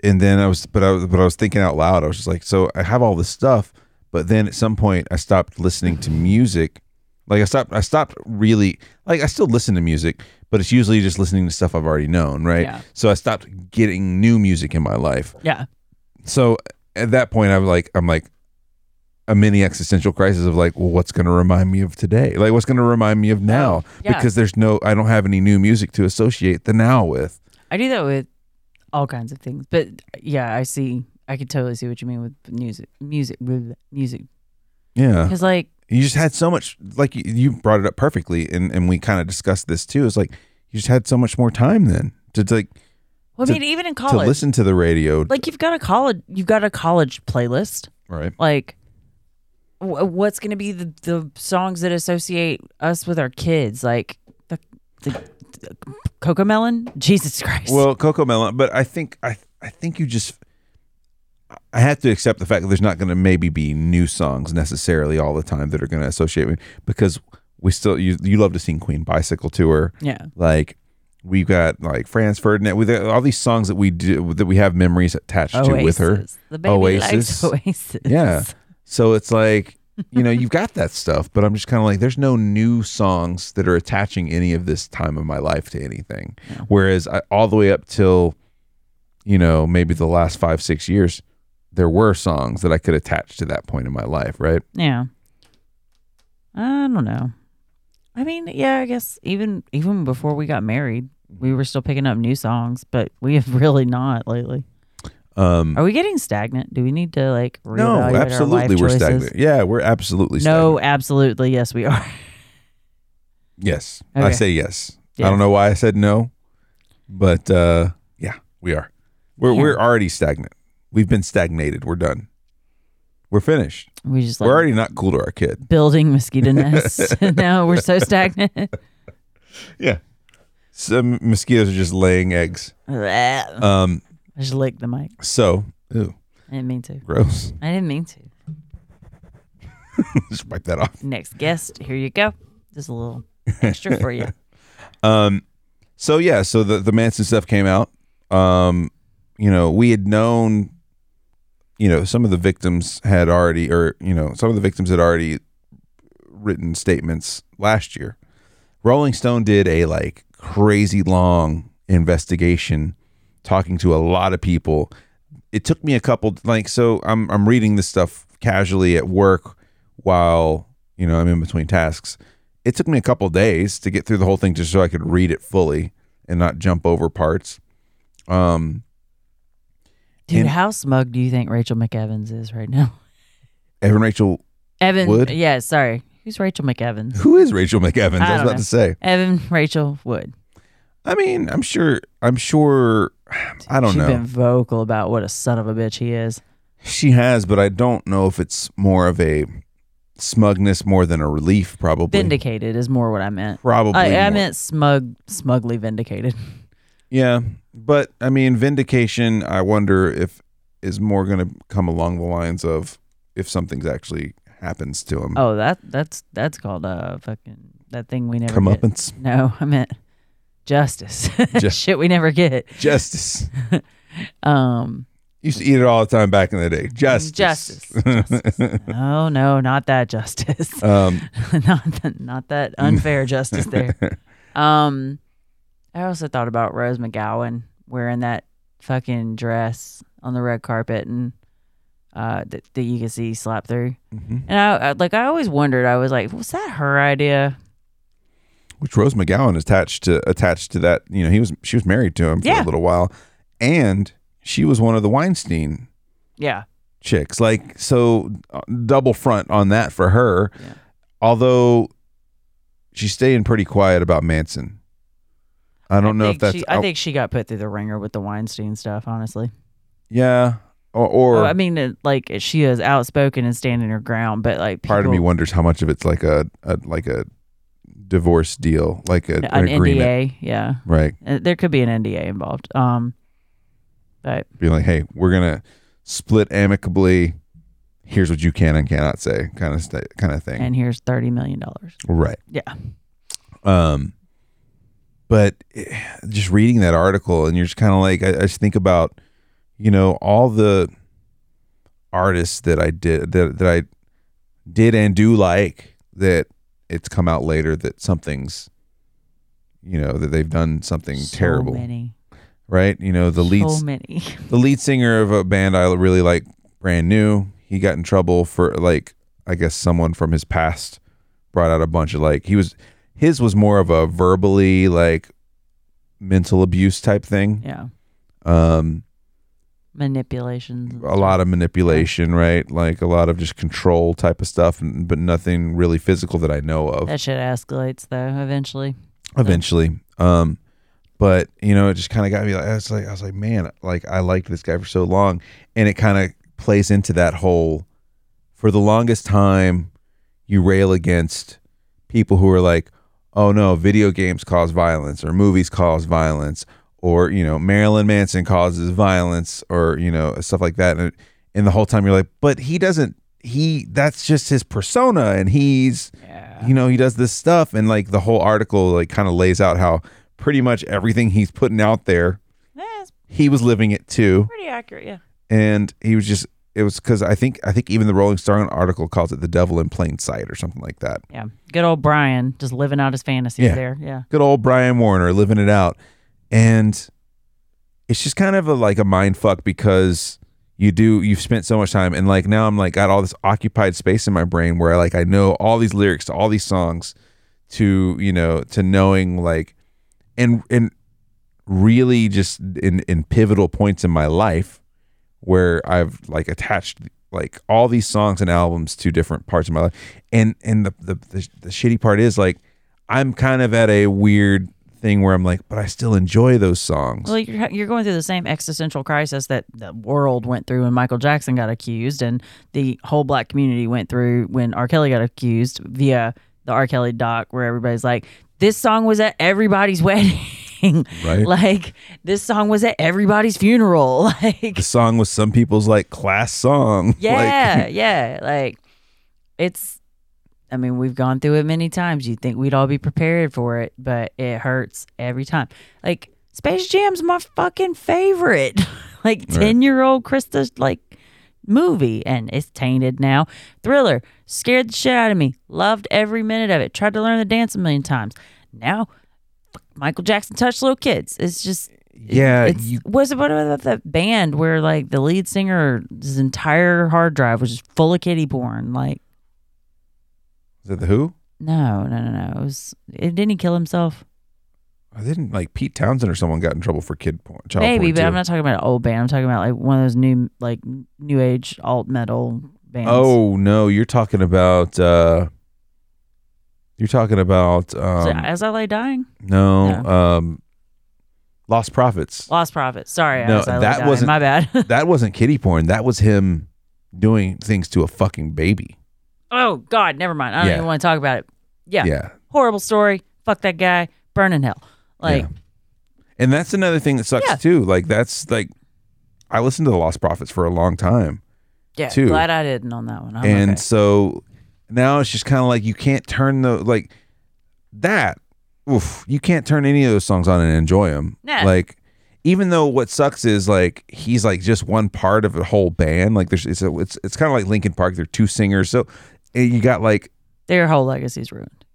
and then I was but I was but I was thinking out loud. I was just like, so I have all this stuff, but then at some point I stopped listening to music. Like I stopped I stopped really like I still listen to music, but it's usually just listening to stuff I've already known, right?
Yeah.
So I stopped getting new music in my life.
Yeah.
So at that point I'm like I'm like a mini existential crisis of like, well, what's going to remind me of today? Like, what's going to remind me of now?
yeah.
Because there's no, I don't have any new music to associate the now with.
I do that with all kinds of things, but yeah, I see. I could totally see what you mean with music, music, with music.
Yeah.
Because like,
you just had so much like you- you brought it up perfectly and and we kind of discussed this too it's like you just had so much more time then to like
well,
To-
I mean, even in
to
college,
listen to the radio
like you've got a college, you've got a college playlist.
right
Like, w- what's going to be the the songs that associate us with our kids? Like the the, the Coco Melon. Jesus Christ.
well coco melon but i think i i think you just i have to accept the fact that there's not going to maybe be new songs necessarily all the time that are going to associate with because we still you you love to sing queen bicycle tour
yeah.
like we've got like franz ferdinand with uh, all these songs that we do that we have memories attached to with her
Oh, Oasis. The baby
Oasis.
Likes Oasis.
Yeah. So it's like, you know, you've got that stuff, but I'm just kind of like, there's no new songs that are attaching any of this time of my life to anything. Whereas I, all the way up till, you know, maybe the last five, six years, there were songs that I could attach to that point in my life, right?
Yeah. I don't know. I mean, yeah, I guess even even before we got married, we were still picking up new songs, but we have really not lately.
Um,
Are we getting stagnant? Do we need to like reevaluate
no,
our life
absolutely, we're
choices?
stagnant. Yeah, we're absolutely
No,
stagnant.
absolutely, yes, we are.
Yes, I
Okay.
say yes. I
Yeah.
don't know why I said no, but uh, yeah, we are. We're
Yeah.
we're already stagnant. We've been stagnated. We're done. We're finished.
We just like
we're already not cool to our kid.
building mosquito nests. no, we're so stagnant.
Yeah. Some mosquitoes are just laying eggs.
I
Um.
just licked the mic.
So, ooh,
I didn't mean to.
gross.
I didn't mean to.
just wipe that off.
Next guest, here you go. Just a little extra for you.
Um. So yeah. So the the Manson stuff came out. Um. You know, we had known. You know, some of the victims had already, or you know, some of the victims had already written statements last year. Rolling Stone did a like crazy long investigation, talking to a lot of people. It took me a couple like so I'm I'm reading this stuff casually at work while you know I'm in between tasks. It took me a couple days to get through the whole thing just so I could read it fully and not jump over parts. Um,
Dude,
And-
how smug do you think Rachel McEvans is right now?
Evan Rachel,
Evan
Wood?
Yeah, sorry. Who's Rachel McEvans?
who is Rachel McEvans? I,
I
was
don't
about
know.
to say.
Evan Rachel Wood.
I mean, I'm sure. I'm sure. I don't
She's
know.
been vocal about what a son of a bitch he is.
She has, but I don't know if it's more of a smugness more than a relief, probably.
Vindicated is more what I meant. Uh,
Probably.
I, I
more-
meant smug, smugly vindicated.
Yeah, but I mean, vindication. I wonder if is more going to come along the lines of if something's actually happens to him.
Oh, that that's that's called uh fucking that thing we never
come
get.
up and s-
No, I meant justice.
Ju-
Shit, we never get.
justice.
Um,
Used to eat it all the time back in the day. Justice.
justice. justice. no, no, not that justice.
um,
not that, not that unfair justice there. Um, I also thought about Rose McGowan wearing that fucking dress on the red carpet and uh, that, that you can see slap through.
mhm.
And I, I like I always wondered. I was like, was that her idea?
which Rose McGowan is attached to attached to that. You know, he was she was married to him for
Yeah.
a little while, and she was one of the Weinstein
Yeah.
chicks. Like so, uh, double front on that for her.
Yeah.
Although she's staying pretty quiet about Manson. I don't know if
think
that's
she, I think she got put through the ringer with the Weinstein stuff, honestly.
yeah or, or
Well, Oh, I mean, it, like she is outspoken and standing her ground, but like people,
part of me wonders how much of it's like a, a like a divorce deal, like a,
an
an agreement,
NDA, yeah,
right?
Uh, there could be an NDA involved. Um, but
Being like, hey, we're gonna split amicably. Here's what you can and cannot say, kind of st- kind of thing,
and here's thirty million dollars.
right?
Yeah,
Um, but eh, just reading that article, and you're just kind of like, I, I just think about, you know, all the artists that I did that that I did and do like that. It's come out later that something's, you know, that they've done something
So
terrible,
Many,
right? You know, the lead
so many.
the lead singer of a band I really like, brand new. He got in trouble for like I guess someone from his past brought out a bunch of like he was his was more of a verbally like mental abuse type thing.
yeah,
Um
manipulations. and
a lot of manipulation, right? Like a lot of just control type of stuff and, but nothing really physical that I know of.
That shit escalates though. Eventually,
eventually. Um, but you know, it just kind of got me like I was like I was like, man, like I liked this guy for so long, and it kind of plays into that whole. For the longest time, you rail against people who are like, oh no, video games cause violence, or movies cause violence, or you know, Marilyn Manson causes violence, or you know, stuff like that, and and the whole time you're like, but he doesn't. He that's just his persona, and he's
yeah,
you know he does this stuff and like the whole article like kind of lays out how pretty much everything he's putting out there
that's
he was living it too
pretty accurate. Yeah,
and he was just it was because i think i think even the rolling stone article calls it the devil in plain sight or something like that
yeah. Good old Brian just living out his fantasies
Yeah.
there. Yeah,
good old brian warner living it out and it's just kind of a, like a mind fuck because you do you've spent so much time and like now i'm like got all this occupied space in my brain where like i know all these lyrics to all these songs to you know to knowing like and and really just in in pivotal points in my life where i've like attached like all these songs and albums to different parts of my life and and the the, the, the shitty part is like i'm kind of at a weird thing where i'm like but i still enjoy those songs
Well, you're, you're going through the same existential crisis that the world went through when Michael Jackson got accused, and the whole black community went through when R. Kelly got accused via the R. Kelly doc, where everybody's like, "This song was at everybody's wedding."
Right.
Like this song was at everybody's funeral. Like
the song was some people's like class song
yeah, yeah. Like it's I mean, we've gone through it many times. You'd think we'd all be prepared for it, but it hurts every time. Like Space Jam's my fucking favorite. like
Right.
10-year-old Krista's like movie and it's tainted now. Thriller scared the shit out of me. Loved every minute of it. Tried to learn the dance a million times. Now fuck, Michael Jackson touched little kids. It's just
like, yeah
it's,
you
was it what about that band where like the lead singer's entire hard drive was just full of kitty porn? Like,
is it the who
no, no, no, no. It was. It, didn't he kill himself?
I didn't like Pete Townsend or someone got in trouble for kid porn. Child
Maybe,
porn
but
too.
I'm not talking about an old band. I'm talking about like one of those new, like new age alt metal bands.
Oh no, you're talking about. uh You're talking about.
Is it
um
as I lay dying,
No, um Lost Prophets.
lost profit. Sorry,
No,
as I lay
that
dying.
wasn't-
my bad.
That wasn't kitty porn. That was him doing things to a fucking baby.
oh God, never mind. I don't
Yeah.
even want to talk about it. Yeah.
yeah.
horrible story. Fuck that guy. Burn in hell. Like,
Yeah. And that's another thing that sucks
Yeah.
too. Like that's like I listened to the Lost Prophets for a long time.
yeah.
Two.
Glad I didn't on that one. I'm
and
okay.
so now it's just kind of like you can't turn the like that oof, you can't turn any of those songs on and enjoy them
Nah.
like even though what sucks is like he's like just one part of a whole band like there's it's a, it's, it's kind of like Linkin Park they're two singers so and you got like
their whole legacy's ruined.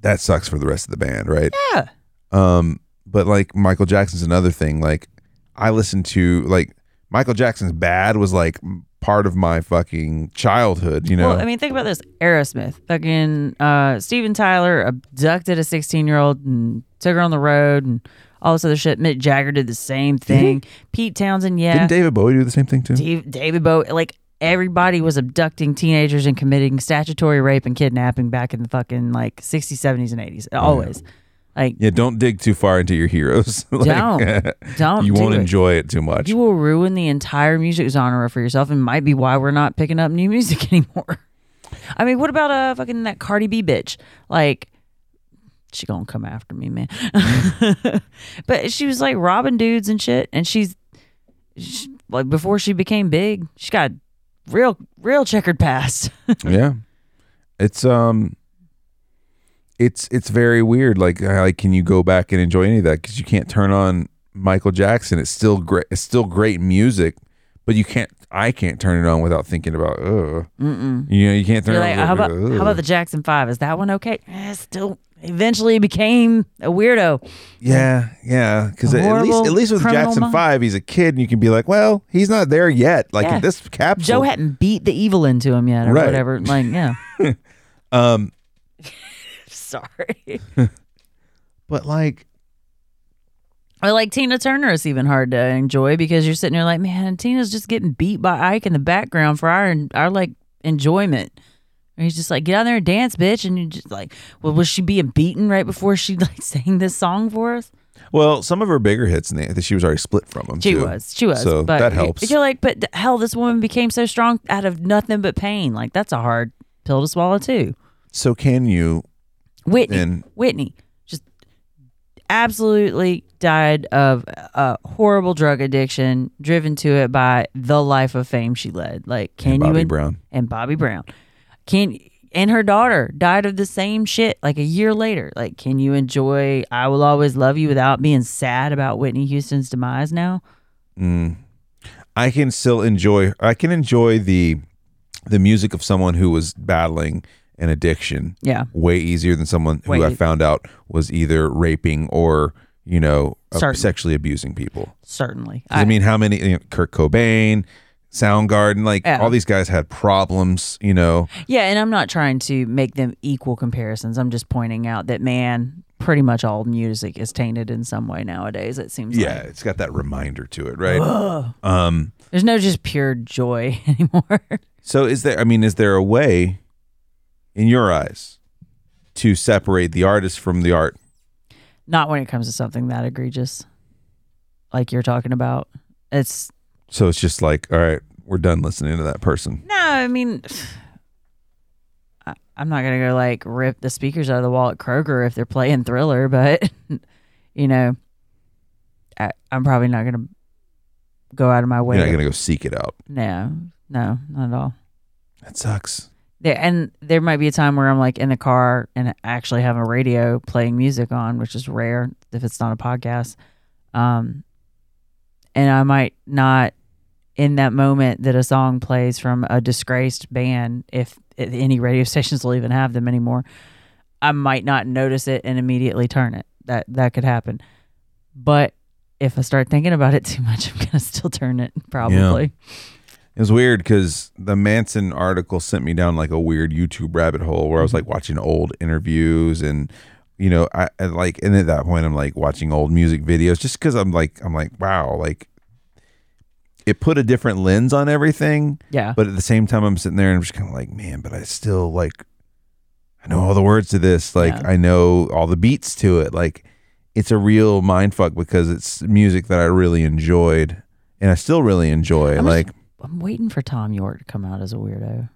that sucks for the rest of the band right
Yeah.
um but like Michael Jackson's another thing like I listened to like Michael Jackson's Bad was like part of my fucking childhood. You know,
Well, I mean, think about this: Aerosmith, fucking uh, Steven Tyler abducted a 16-year-old and took her on the road, and all this other shit. Mick Jagger did the same thing. Pete Townsend, yeah,
didn't David Bowie do the same thing too?
Dave, David Bowie, like everybody was abducting teenagers and committing statutory rape and kidnapping back in the fucking like 60s, 70s, and 80s. Always, like,
yeah, don't dig too far into your heroes. Like,
don't, don't,
you
do
won't
it.
enjoy it too much.
You will ruin the entire music genre for yourself, and might be why we're not picking up new music anymore. I mean, what about uh fucking that Cardi B bitch? Like, she gonna come after me, man. but she was like robbing dudes and shit, and she's she, like before she became big, she got real, real checkered past.
yeah, it's um, it's it's very weird. Like, how, like, can you go back and enjoy any of that? Because you can't turn on Michael Jackson. It's still great. It's still great music, but you can't. I can't turn it on without thinking about. Ugh.
Mm-mm.
You know, you can't turn
You're
it
like,
on.
how about
without,
how about the Jackson Five? Is that one okay? Eh, still, eventually became a weirdo.
Yeah, yeah. Because
A
at least
horrible
at least with
criminal
Jackson
mind.
Five, he's a kid, and you can be like, well, he's not there yet. Like
Yeah.
in this capsule,
Joe hadn't beat the evil into him yet, or
Right.
whatever. Like, yeah.
Um,
Sorry.
but like,
Or like Tina Turner is even hard to enjoy because you're sitting there like, man, Tina's just getting beat by Ike in the background for our our like enjoyment. And he's just like, get out there and dance, bitch. And you're just like, well, was she being beaten right before she like sang this song for us?
well, some of her bigger hits, and they- she was already split from him.
She
too.
was. She was.
So
but
that
you-
helps.
You're like, but th- hell, this woman became so strong out of nothing but pain. Like that's a hard pill to swallow too.
So can you?
Whitney.
And-
Whitney just absolutely died of a horrible drug addiction, driven to it by the life of fame she led. Like, can you
Bobby
en-
Brown.
and Bobby Brown? Can and her daughter died of the same shit like a year later. Like, can you enjoy "I Will Always Love You" without being sad about Whitney Houston's demise? Now,
Mm, I can still enjoy. I can enjoy the the music of someone who was battling an addiction
yeah,
way easier than someone who
Way
I
e-
found out was either raping or you know uh,
Certain.
sexually abusing people.
certainly.
'Cause I, mean, how many? You know, Kurt Cobain, Soundgarden, like
Yeah.
all these guys had problems. You know,
Yeah, and I'm not trying to make them equal comparisons. I'm just pointing out that man, pretty much all music is tainted in some way nowadays. It seems
yeah,
like
it's got that reminder to it, right? um,
there's no just pure joy anymore.
so is there? I mean, is there a way, in your eyes, to separate the artist from the art?
not when it comes to something that egregious, like you're talking about. It's
So it's just like, all right, we're done listening to that person.
no, I mean, I, I'm not gonna go like rip the speakers out of the wall at Kroger if they're playing Thriller, but you know, I, I'm probably not gonna go out of my way.
You're not
to-
gonna go seek it out.
no, no, not at all.
That sucks.
there and there might be a time where I'm like in the car and actually have a radio playing music on, which is rare if it's not a podcast. Um, and I might not in that moment that a song plays from a disgraced band, if, if any radio stations will even have them anymore, I might not notice it and immediately turn it. That that could happen, but if I start thinking about it too much, I'm gonna still turn it probably.
It was weird because the Manson article sent me down like a weird YouTube rabbit hole where I was like watching old interviews and you know I and like and at that point I'm like watching old music videos just because I'm like I'm like wow like it put a different lens on everything
Yeah,
but at the same time I'm sitting there and I'm just kind of like man but I still like I know all the words to this like
Yeah.
I know all the beats to it like it's a real mind fuck because it's music that I really enjoyed and I still really enjoy
I'm just-
like
I'm waiting for Tom York to come out as a weirdo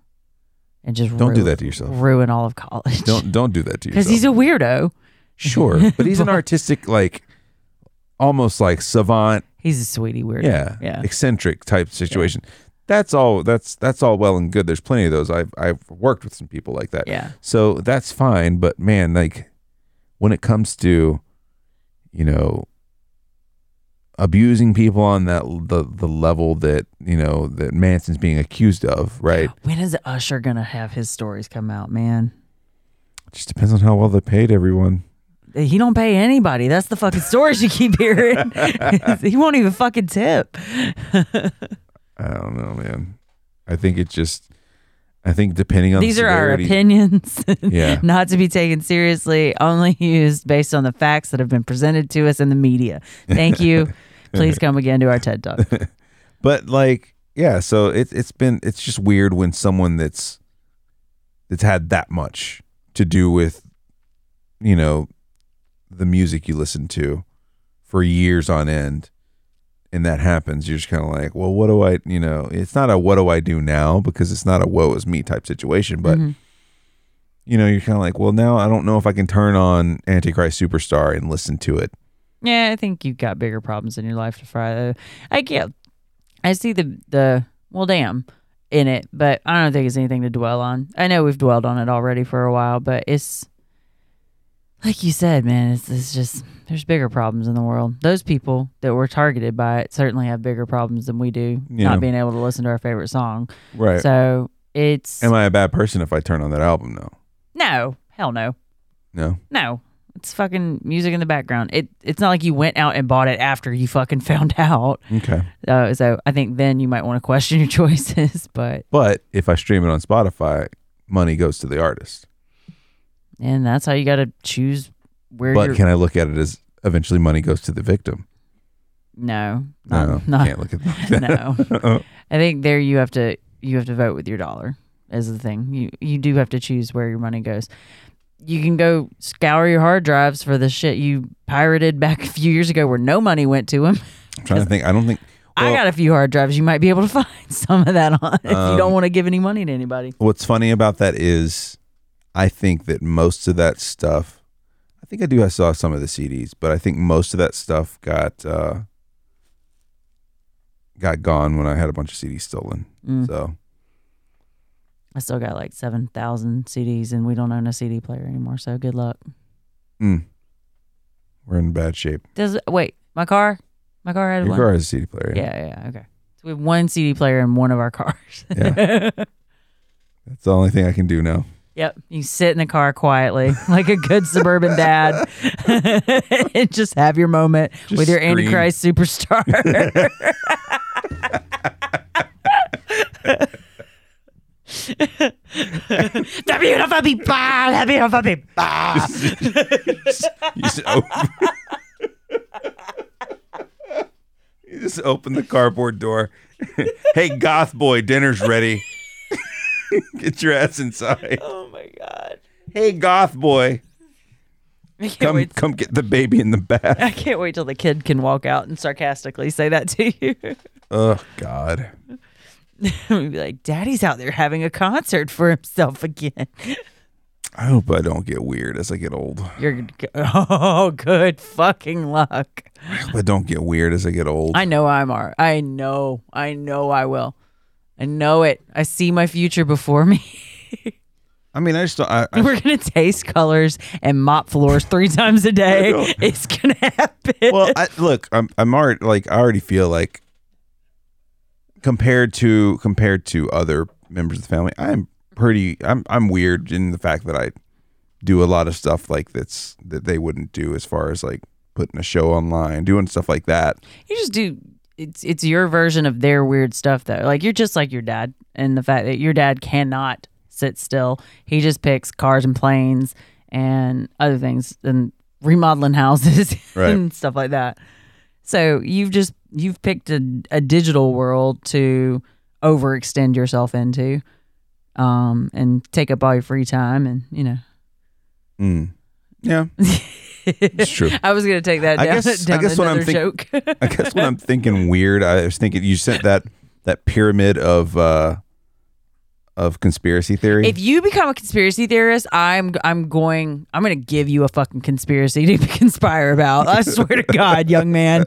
and just
Don't do
ru-
that to yourself.
Ruin all of college.
Don't don't do that to yourself.
because he's a weirdo.
sure, but he's an artistic, like almost like savant,
He's a sweetie weirdo.
yeah,
yeah.
eccentric type situation. That's all. That's that's all well and good. There's plenty of those. I've I've worked with some people like that.
Yeah.
So that's fine. But man, like when it comes to, you know, abusing people on that the the level that you know that Manson's being accused of, right?
When is Usher gonna have his stories come out, man?
Just depends on how well they paid everyone.
He don't pay anybody. That's the fucking stories you keep hearing. he won't even fucking tip.
I don't know, man. I think it just, I think depending on
These
the
are our
severity-
opinions,
Yeah.
not to be taken seriously, only used based on the facts that have been presented to us in the media. Thank you. Please come again to our TED Talk.
But like, yeah, so it it's been it's just weird when someone that's that's had that much to do with you know the music you listen to for years on end and that happens you're just kind of like well what do i you know it's not a what do i do now because it's not a woe is me type situation but
Mhm.
you know you're kind of like well now i don't know if i can turn on antichrist superstar and listen to it
Yeah, I think you've got bigger problems in your life to fry though. I get I see the the well damn in it, but I don't think it's anything to dwell on. I know we've dwelled on it already for a while, but it's like you said, man, it's it's just there's bigger problems in the world. Those people that were targeted by it certainly have bigger problems than we do,
Yeah.
not being able to listen to our favorite song.
right
So it's
am i a bad person if i turn on that album though
no, hell no.
no
No. It's fucking music in the background. It it's not like you went out and bought it after you fucking found out.
okay
Uh, so I think then you might want to question your choices, but
But if I stream it on Spotify, money goes to the artist.
and that's how you got to choose where
But
you're.
can I look at it as eventually money goes to the victim?
no,
No,
not,
no,
not-
can't look at that.
no. I think there you have to you have to vote with your dollar is the thing. You you do have to choose where your money goes. You can go scour your hard drives for the shit you pirated back a few years ago where no money went to them.
I'm trying to think. I don't think.
I
Well-
got a few hard drives. You might be able to find some of that on if you
Um,
don't want to give any money to anybody.
What's funny about that is, I think that most of that stuff. I think I do. I saw some of the CDs, but I think most of that stuff got uh, got gone when I had a bunch of CDs stolen.
Mm.
So
I still got like 7,000 CDs and we don't own a CD player anymore. So good luck.
mm, we're in bad shape.
Does wait, my car? My car had
Your
one.
car has a CD player.
yeah, yeah, okay. So we have one CD player in one of our cars.
that's the only thing I can do now.
yep. You sit in the car quietly like a good suburban dad and just have your moment
Just
with your
scream.
Antichrist superstar. the beautiful people, the beautiful people.
You just open. you just open the cardboard door. hey, goth boy, dinner's ready. Get your ass inside.
Oh my god.
Hey, goth boy,
I can't
come
wait.
come get the baby in the bath.
I can't wait till the kid can walk out and sarcastically say that to you.
Oh God.
Be like, Daddy's out there having a concert for himself again.
I hope I don't get weird as I get old.
You're gonna go, oh, good fucking luck.
I hope I don't get weird as I get old.
I know I'm all. I know. I know I will. I know it. I see my future before me.
I mean, I just don't- I, I,
We're gonna taste colors and mop floors three times a day. It's gonna happen.
well, I, look, I'm I'm already like I already feel like compared to compared to other members of the family, I'm pretty I'm I'm weird in the fact that I do a lot of stuff like that's that they wouldn't do as far as like putting a show online, doing stuff like that.
You just do. It's it's your version of their weird stuff though. Like you're just like your dad, and the fact that your dad cannot sit still. He just picks cars and planes and other things and remodeling houses
Right.
and stuff like that. So you've just you've picked a, a digital world to overextend yourself into, um, and take up all your free time and you know.
Mm. Yeah. it's true.
I was gonna take that down.
I guess- I
down
guess what I'm
another
think-
joke.
I guess when I'm thinking weird, I was thinking you sent that that pyramid of uh of conspiracy theory.
If you become a conspiracy theorist, I'm I'm going I'm gonna give you a fucking conspiracy to conspire about. I swear to God, young man.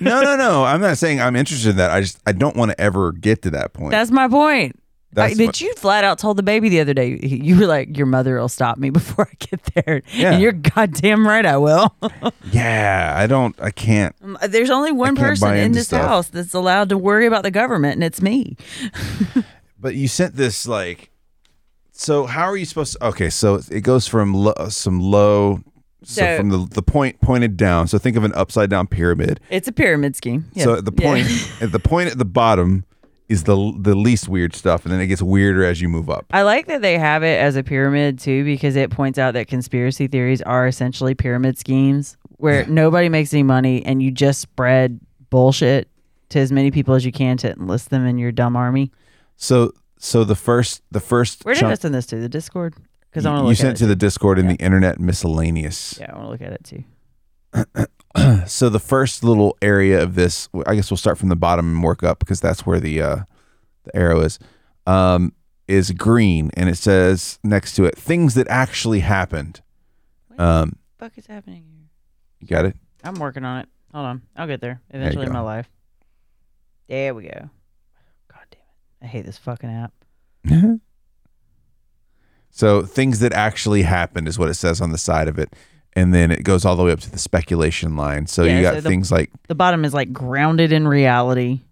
no, no, no. I'm not saying I'm interested in that. I just I don't want to ever get to that point.
That's my point.
That's
I, that
what-
you flat out told the baby the other day. You were like, "Your mother will stop me before I get there."
Yeah.
And you're goddamn right, I will.
yeah, I don't. I can't.
Um, There's only
I
one
can't
person
buy
in
into
this
stuff.
house that's allowed to worry about the government, and it's me.
But you sent this like. So how are you supposed to? Okay, so it goes from lo- some low. So,
So-
from the the point pointed down. So think of an upside down pyramid.
It's a pyramid scheme. Yeah.
So at the point
Yeah.
at the point at the bottom is the the least weird stuff, and then it gets weirder as you move up.
I like that they have it as a pyramid too, because it points out that conspiracy theories are essentially pyramid schemes where nobody makes any money and you just spread bullshit to as many people as you can to enlist them in your dumb army.
So so the first the first
Where did
chunk-
I send this to? The Discord? Because I want to
you,
look
you
at
sent
it.
to the Discord in the Internet Miscellaneous.
too. yeah, I want to look at it too.
So the first little area of this, I guess we'll start from the bottom and work up because that's where the uh, the arrow is. Um, is green, and it says next to it things that actually happened.
Mm-hmm.
Um,
What the fuck is happening here?
you got it.
Uh, I'm working on it. Hold on. I'll get there eventually in
go.
my life. There we go. God damn it. I hate this fucking app.
So things that actually happened is what it says on the side of it, and then it goes all the way up to the speculation line. So
Yeah,
you got
so the-
things like
The bottom is like grounded in reality.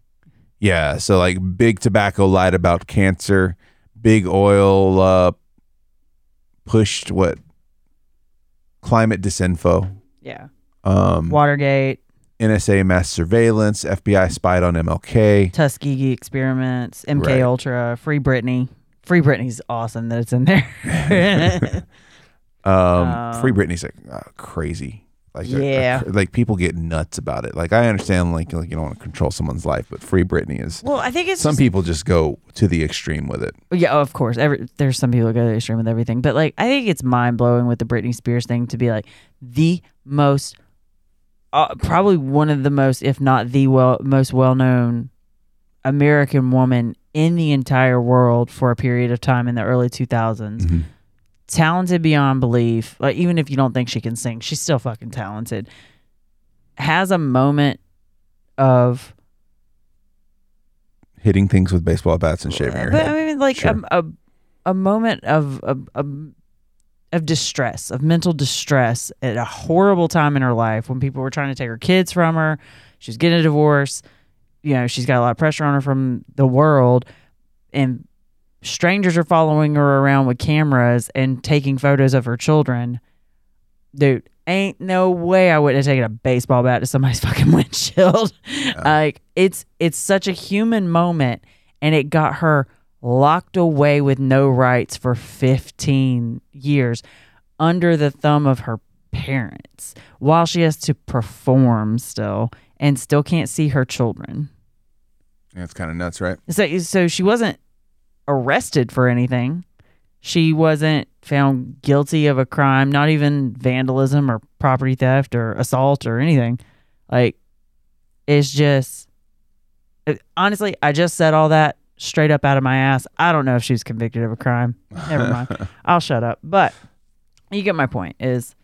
yeah, so like big tobacco lied about cancer, big oil uh, pushed what climate disinfo,
Yeah.
um,
Watergate,
NSA mass surveillance, FBI spied on MLK.
Tuskegee experiments, MK
Right.
Ultra, Free Britney. Free Britney's awesome that it's in there.
Um,
Um,
Free Um, Britney's like uh, crazy. Like they're-
Yeah.
they're cr- like people get nuts about it. Like I understand, like like you don't want to control someone's life, but Free Britney is
well, I think it's
some people just go to the extreme with it.
Yeah, oh, of course. Every, there's some people who go to the extreme with everything, but like I think it's mind blowing with the Britney Spears thing to be like the most, uh, probably one of the most, if not the well most well known American woman in the entire world for a period of time in the early 2000s.
Mhm.
Talented beyond belief. Like even if you don't think she can sing, she's still fucking talented. Has a moment of
Hitting things with baseball bats and shaving your
but
head.
I mean, like
Sure.
um, a, a moment of of of- of distress, of mental distress at a horrible time in her life when people were trying to take her kids from her. She's getting a divorce. You know, she's got a lot of pressure on her from the world, and strangers are following her around with cameras and taking photos of her children. Dude, ain't no way I wouldn't have taken a baseball bat to somebody's fucking windshield. like it's it's such a human moment and it got her locked away with no rights for 15 years under the thumb of her parents while she has to perform still and still can't see her children.
Yeah, it's kind of nuts, right?
So so she wasn't arrested for anything. She wasn't found guilty of a crime, not even vandalism or property theft or assault or anything. Like it's just it- honestly, I just said all that straight up out of my ass. I don't know if she was convicted of a crime. Never mind. I'll shut up. But you get my point is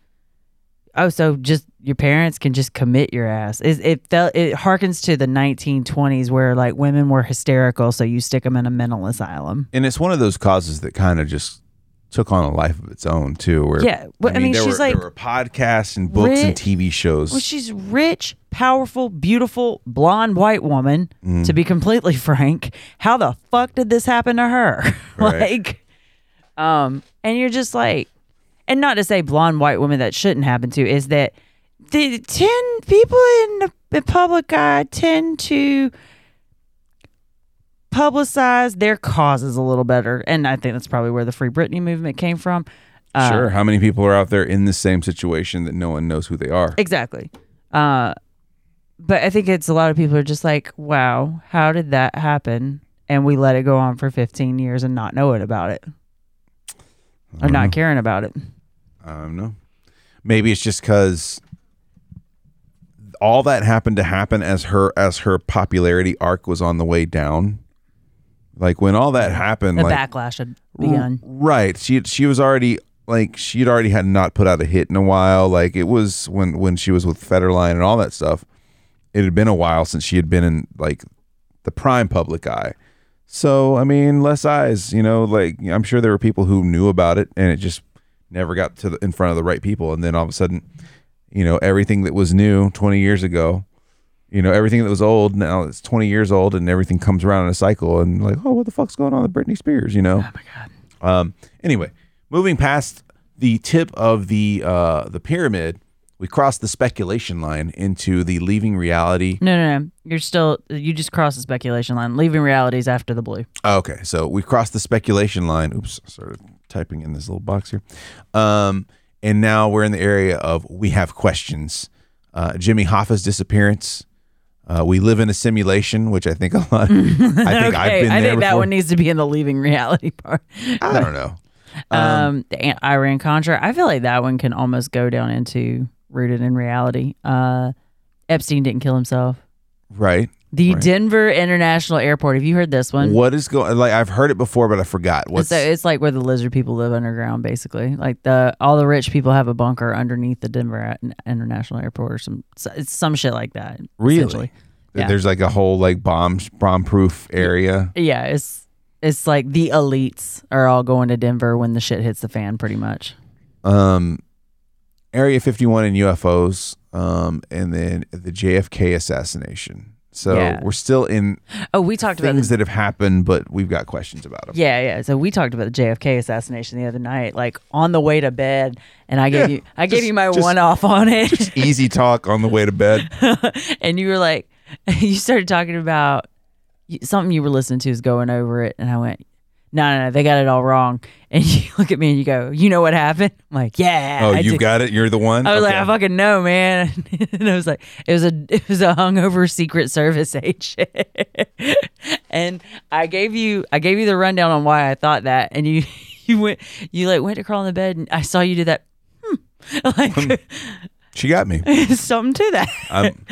oh so just your parents can just commit your ass it, it felt it harkens to the 1920s where like women were hysterical so you stick them in a mental asylum
And it's one of those causes that kind of just took on a life of its own too. Where
yeah well, i mean,
there were,
she's like
there were podcasts and books and
Rich-
TV shows.
well she's rich powerful beautiful blonde white woman to be completely frank how the fuck did this happen to her
Right.
like um and you're just like and not to say blonde white women that shouldn't happen to is that the 10 people in the, the public eye tend to publicize their causes a little better and i think that's probably where the free britney movement came from uh,
sure, how many people are out there in the same situation that no one knows who they are?
Exactly. Uh, but I think it's a lot of people are just like, wow, how did that happen? And we let it go on for 15 years and not know it about it or
Mm-hmm.
not caring about it.
I don't know. Maybe it's just because all that happened to happen as her as her popularity arc was on the way down. Like when all that happened,
The
like
backlash had begun.
Right. She she was already like she'd already had not put out a hit in a while. Like it was when when she was with Federline and all that stuff. It had been a while since she had been in like the prime public eye. So I mean, less eyes. You know, like I'm sure there were people who knew about it, and it just never got to the, in front of the right people. And then all of a sudden, you know, everything that was new 20 years ago. You know, everything that was old now it's 20 years old, and everything comes around in a cycle. And like, oh, what the fuck's going on with Britney Spears? You know. Um, anyway, moving past the tip of the uh, the pyramid, we crossed the speculation line into the leaving reality.
No, no, no. You're still. You just crossed the speculation line. Leaving realities after the blue.
Oh, okay, so we crossed the speculation line. Oops, I started typing in this little box here. Um, and now we're in the area of we have questions. Uh, Jimmy Hoffa's disappearance. Uh, we live in a simulation, which I think a lot. I think I've
Okay,
been there
I think that
before.
one needs to be in the leaving reality part.
I don't know.
Um, the Iran Contra. I feel like that one can almost go down into rooted in reality. Uh, Epstein didn't kill himself.
Right.
The
Right.
Denver International Airport. Have you heard this one?
What is going? Like I've heard it before, but I forgot. What's
So it's like where the lizard people live underground, basically. Like the all the rich people have a bunker underneath the Denver International Airport or some it's some shit like that. essentially.
really?
Yeah.
There's like a whole like bomb bomb proof area.
Yeah, it's it's like the elites are all going to Denver when the shit hits the fan, pretty much.
Um, Area 51 and UFOs. Um, and then the JFK assassination. So
Yeah.
we're still in
Oh, we talked about this.
things that have happened, but we've got questions about them.
Yeah, yeah. So we talked about the JFK assassination the other night, like on the way to bed, and I gave
Yeah,
you I gave
just-
you my
just-
one off on it,
Easy talk on the way to bed.
and you were like, you started talking about you- something you were listening to is going over it, and I went, no, no, no, they got it all wrong, and you look at me and you go, you know what happened? I'm like, yeah,
Oh,
I
you've
do."
got it. You're the one.
I was like,
Okay.
I fucking know, man. and I was like, it was a it was a hungover Secret Service agent. and I gave you I gave you the rundown on why I thought that, and you you went you like went to crawl in the bed, and I saw you do that. Hmm. Like
she got me.
something to that.
I'm,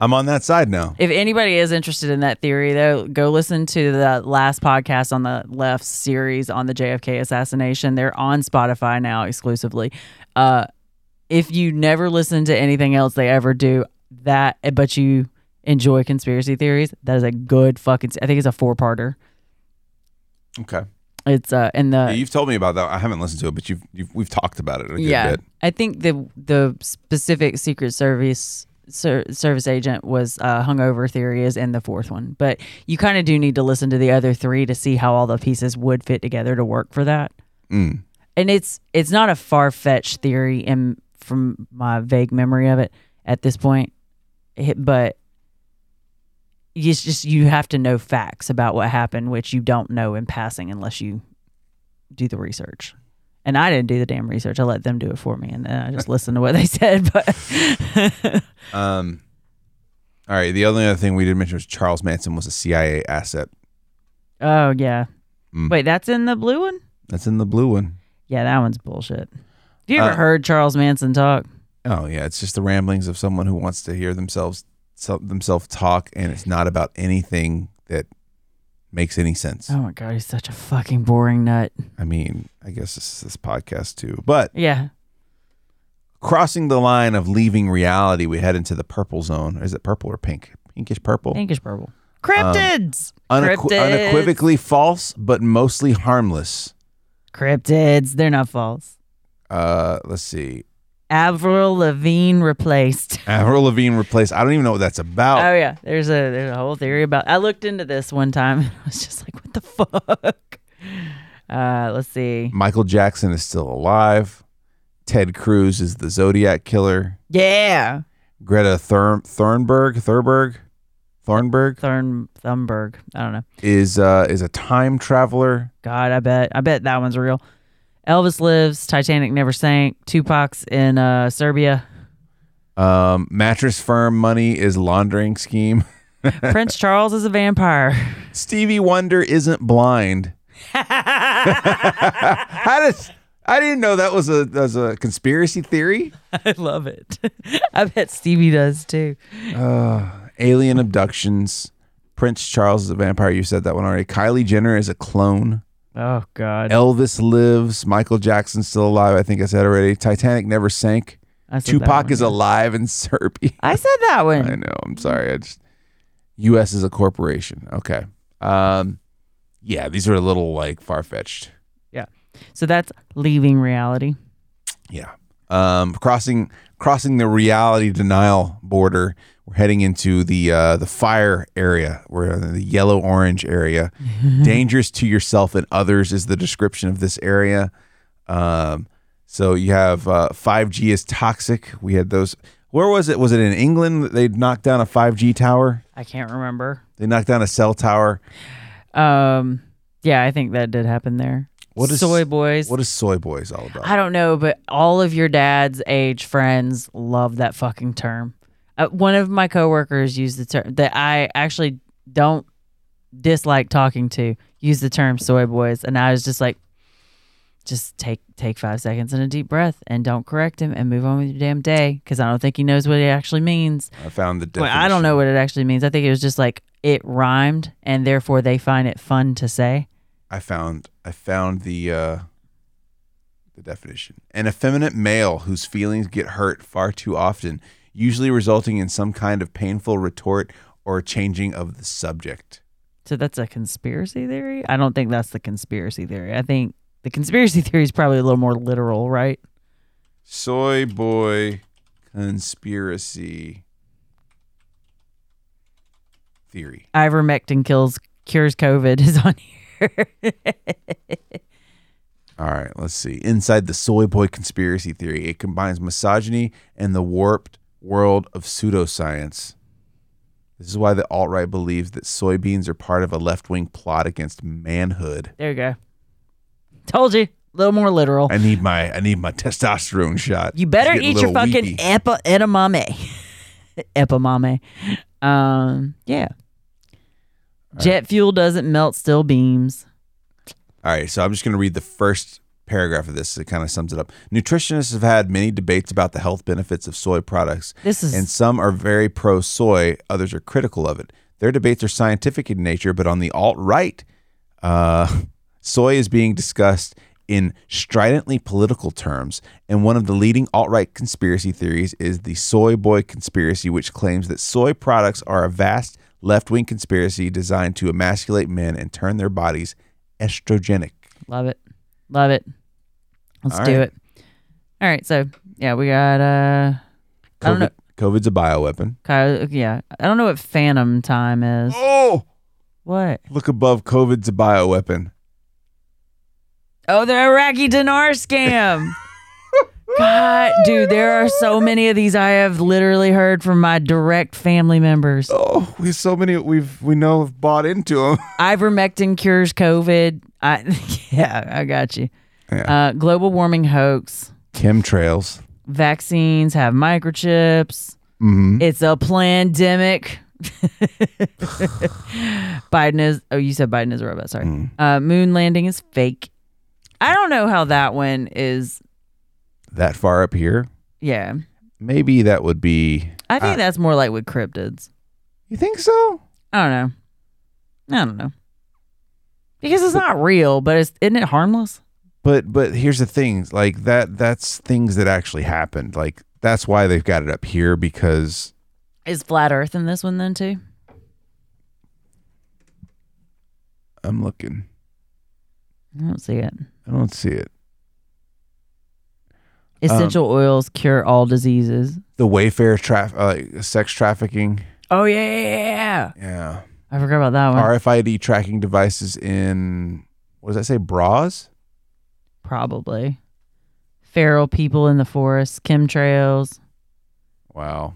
I'm on that side now.
If anybody is interested in that theory, though, go listen to the last podcast on the left series on the JFK assassination. They're on Spotify now exclusively. Uh, if you never listen to anything else they ever do, that but you enjoy conspiracy theories, that is a good fucking. I think it's a four parter.
Okay.
It's uh, in the
Yeah, you've told me about that. I haven't listened to it, but you've, you've we've talked about it a good
yeah
bit.
i think the the specific secret service ser- service agent was uh, hungover theory is in the fourth one but you kind of do need to listen to the other three to see how all the pieces would fit together to work for that
Mm.
and it's it's not a far-fetched theory in from my vague memory of it at this point It- but it's just you have to know facts about what happened which you don't know in passing unless you do the research and i didn't do the damn research i let them do it for me and then i just listened to what they said but
Um, all right. The only other thing we did mention was Charles Manson was a CIA asset.
oh yeah
Mm.
wait that's in the blue one
That's in the blue one.
yeah that one's bullshit have you ever
Uh,
heard charles manson talk
Oh yeah, it's just the ramblings of someone who wants to hear themselves so, themselves talk, and it's not about anything that makes any sense.
oh my god he's such a fucking boring nut
I mean, I guess this is this podcast too. But
yeah
crossing the line of leaving reality, we head into the purple zone. Is it purple or pink? Pinkish purple.
pinkish purple Um, cryptids
Unequ-
Cryptids.
unequivocally false, but mostly harmless.
Cryptids, they're not false.
Uh, let's see.
Avril Lavigne replaced.
Avril Lavigne replaced. I don't even know what that's about.
Oh yeah, there's a there's a whole theory about. I looked into this one time. and I was just like, what the fuck? Uh, let's see.
Michael Jackson is still alive. Ted Cruz is the Zodiac killer.
Yeah,
Greta Thur- Thunberg, Thurberg, Thornberg
Thurn Thunberg. I don't know.
is uh, is a time traveler.
God, I bet I bet that one's real. Elvis lives. Titanic never sank. Tupac's in uh, Serbia.
Um, mattress firm money is laundering scheme.
Prince Charles is a vampire.
Stevie Wonder isn't blind. How does I didn't know that was a that was a conspiracy theory.
I love it. I bet Stevie does too.
Alien abductions. Prince Charles is a vampire. You said that one already. Kylie Jenner is a clone.
Oh God.
Elvis lives. Michael Jackson's still alive. I think I said already. Titanic never sank.
I said that
Tupac
one.
is alive in Serbia.
I said that one.
I know. I'm sorry. I just U.S. is a corporation. Okay. Um, yeah, these are a little like far fetched.
So that's leaving reality.
Yeah. Um, crossing crossing the reality denial border, we're heading into the uh, the fire area. We're in the yellow orange area. Dangerous to yourself and others is the description of this area. Um, So you have uh, 5G is toxic. We had those. Where was it? Was it in England that they knocked down a 5G tower?
I can't remember.
They knocked down a cell tower.
Um, yeah, I think that did happen there.
What is-
soy boys?
What is Soy Boys all about?
I don't know, but all of your dad's age friends love that fucking term. Uh, one of my coworkers used the term that I actually don't dislike talking to. Use the term soy boys, and I was just like, just take take five seconds and a deep breath, and don't correct him, and move on with your damn day, because I don't think he knows what it actually means.
I found the
Well,
definition.
I don't know what it actually means. I think it was just like it rhymed, and therefore they find it fun to say.
I found I found the uh, the definition. An effeminate male whose feelings get hurt far too often, usually resulting in some kind of painful retort or changing of the subject.
So that's a conspiracy theory? I don't think that's the conspiracy theory. I think the conspiracy theory is probably a little more literal, right?
Soy boy conspiracy theory.
Ivermectin kills cures COVID is on here.
All right, let's see. Inside the soy boy conspiracy theory, it combines misogyny and the warped world of pseudoscience. This is why the alt right believes that soybeans are part of a left wing plot against manhood.
there you go. Told you, a little more literal.
I need my I need my testosterone shot.
you better
It's getting
eat
a
your
little
fucking
weepy.
epa edamame. edamame. Um, yeah. Jet fuel doesn't melt steel beams.
All right, so I'm just going to read the first paragraph of this. It kind of sums it up. Nutritionists have had many debates about the health benefits of soy products.
This is
and some are very pro soy, others are critical of it. Their debates are scientific in nature, but on the alt right, uh, soy is being discussed in stridently political terms. And one of the leading alt right conspiracy theories is the soy boy conspiracy, which claims that soy products are a vast left wing conspiracy designed to emasculate men and turn their bodies estrogenic.
Love it. Love it. Let's
All
do
right.
it. All right. So, yeah, we got, uh, I don't know.
COVID, COVID's a bioweapon.
Kyle, yeah. I don't know what phantom time is.
Oh,
What?
look above. COVID's a bioweapon.
Oh, the Iraqi dinar scam. God, dude, there are so many of these I have literally heard from my direct family members.
Oh, we so many we've we know have bought into them.
Ivermectin cures COVID. I, yeah, I got you.
Yeah.
Uh, global warming hoax.
Chemtrails.
Vaccines have microchips.
Mm-hmm.
It's a pandemic. Biden is. Oh, you said Biden is a robot. Sorry. Uh, moon landing is fake. I don't know how that one is.
That far up here,
Yeah,
maybe that would be.
I think
Uh,
that's more like with cryptids.
You think so?
I don't know. I don't know because it's not real, but it's isn't it harmless?
But but here's the thing, like that that's things that actually happened. Like that's why they've got it up here because
Is flat Earth in this one then too?
I'm looking.
I don't see it.
I don't see it.
Essential oils cure all diseases.
The Wayfair traf- uh, sex trafficking.
Oh yeah, yeah, yeah, yeah.
Yeah.
I forgot about that one.
RFID tracking devices in what does that say? Bras.
Probably. Feral people in the forest, chemtrails.
Wow.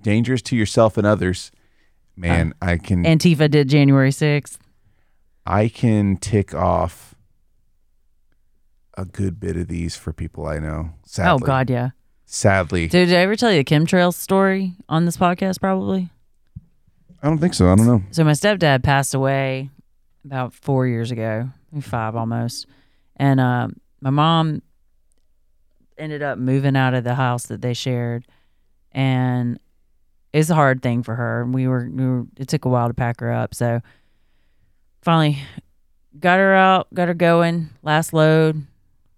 Dangerous to yourself and others. Man, I can
Antifa did January 6th.
I can tick off a good bit of these for people I know. Sadly.
Oh, God, yeah.
Sadly.
Dude, did I ever tell you the chemtrails story on this podcast? Probably.
I don't think so. I don't know.
So, my stepdad passed away about four years ago, five almost. And um, my mom ended up moving out of the house that they shared. And it's a hard thing for her. We were, we were, it took a while to pack her up. So, finally got her out, got her going, last load,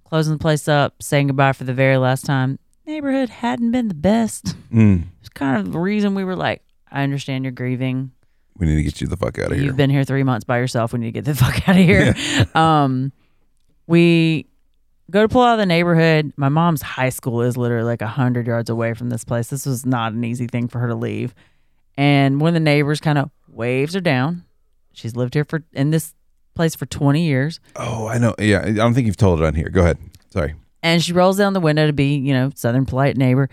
closing the place up, saying goodbye for the very last time. Neighborhood hadn't been the best.
Mm.
It's kind of the reason we were like, I understand you're grieving.
We need to get you the fuck out of here.
You've been here three months by yourself. We need to get the fuck out of here. um, we go to pull out of the neighborhood. My mom's high school is literally like hundred yards away from this place. This was not an easy thing for her to leave. And one of the neighbors kind of waves her down. She's lived here for in this place for twenty years.
oh, I know. Yeah. I don't think you've told it on here. Go ahead. Sorry.
And she rolls down the window to be, you know, Southern polite neighbor.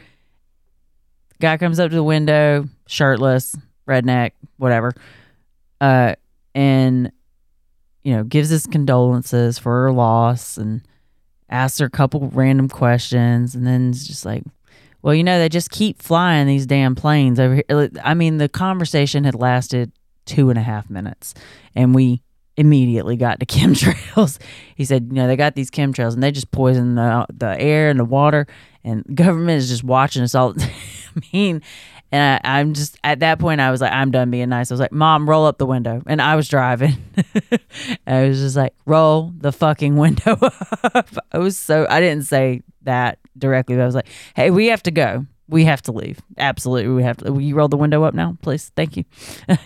Guy comes up to the window, shirtless, redneck, whatever, uh, and, you know, gives his condolences for her loss and asks her a couple random questions. And then it's just like, well, you know, they just keep flying these damn planes over here. I mean, the conversation had lasted two and a half minutes, and we immediately got to chemtrails. he said, you know, they got these chemtrails and they just poison the the air and the water, and government is just watching us all. I mean, and I, I'm just at that point, I was like, I'm done being nice. I was like, Mom, roll up the window, and I was driving. I was just like, roll the fucking window up. I was so I didn't say that directly, but I was like, hey, we have to go. We have to leave. Absolutely, we have to. Will you roll the window up now, please? Thank you.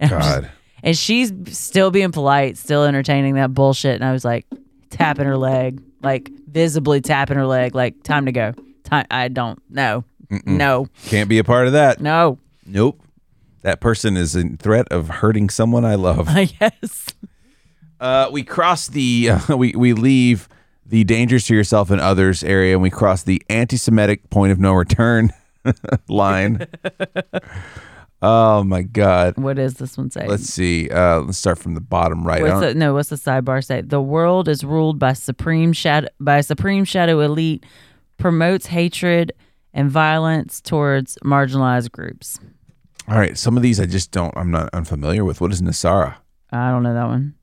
And I'm just-
God.
and she's still being polite, still entertaining that bullshit. And I was like tapping her leg, like visibly tapping her leg, like time to go. Time. I don't. No. No.
Can't be a part of that.
No.
Nope. That person is in threat of hurting someone I love.
yes.
Uh, we cross the uh, we we leave the dangers to yourself and others area, and we cross the anti-Semitic point of no return line. oh my god!
What does this one say?
Let's see. Uh, let's start from the bottom right. I
What's
don't-
the, no, what's the sidebar say? The world is ruled by supreme shadow by a supreme shadow elite, promotes hatred and violence towards marginalized groups.
All right, some of these I just don't. I'm not unfamiliar with. What is Nasara?
I don't know that one.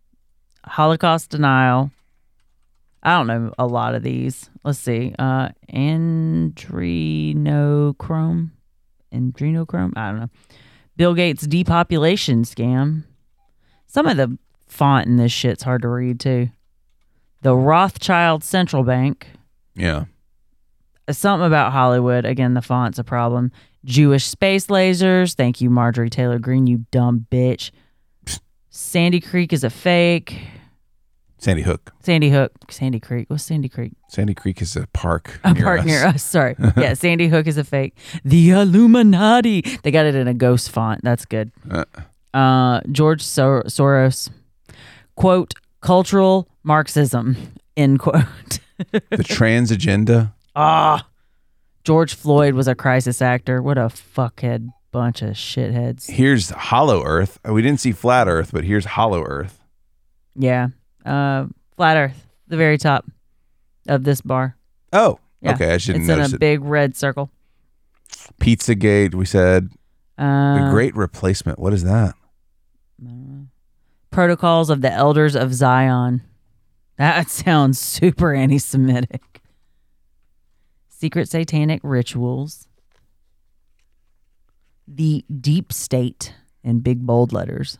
Holocaust denial. I don't know a lot of these. Let's see. Uh adrenochrome. Adrenochrome? I don't know. Bill Gates depopulation scam. Some of the font in this shit's hard to read too. The Rothschild Central Bank.
Yeah.
Something about Hollywood. Again, the font's a problem. Jewish space lasers. Thank you, Marjorie Taylor Greene, you dumb bitch. Sandy Creek is a fake.
Sandy Hook.
Sandy Hook, Sandy Creek. What's Sandy Creek?
Sandy Creek is a park.
A
near
park
us.
near us. Sorry. Yeah, Sandy Hook is a fake. The Illuminati. They got it in a ghost font. That's good.
Uh.
Uh, George Sor- Soros, quote, cultural Marxism, end quote.
The trans agenda.
Ah, George Floyd was a crisis actor. What a fuckhead bunch of shitheads.
Here's Hollow Earth. Uh, We didn't see Flat Earth, but here's Hollow Earth.
Yeah. Uh, Flat Earth, the very top of this bar.
Oh,
Yeah.
okay. I shouldn't
It's in
notice
a
it.
big red circle.
Pizzagate. We said
Uh,
the Great Replacement. What is that?
protocols of the elders of Zion. That sounds super anti Semitic. Secret satanic rituals. The deep state in big bold letters.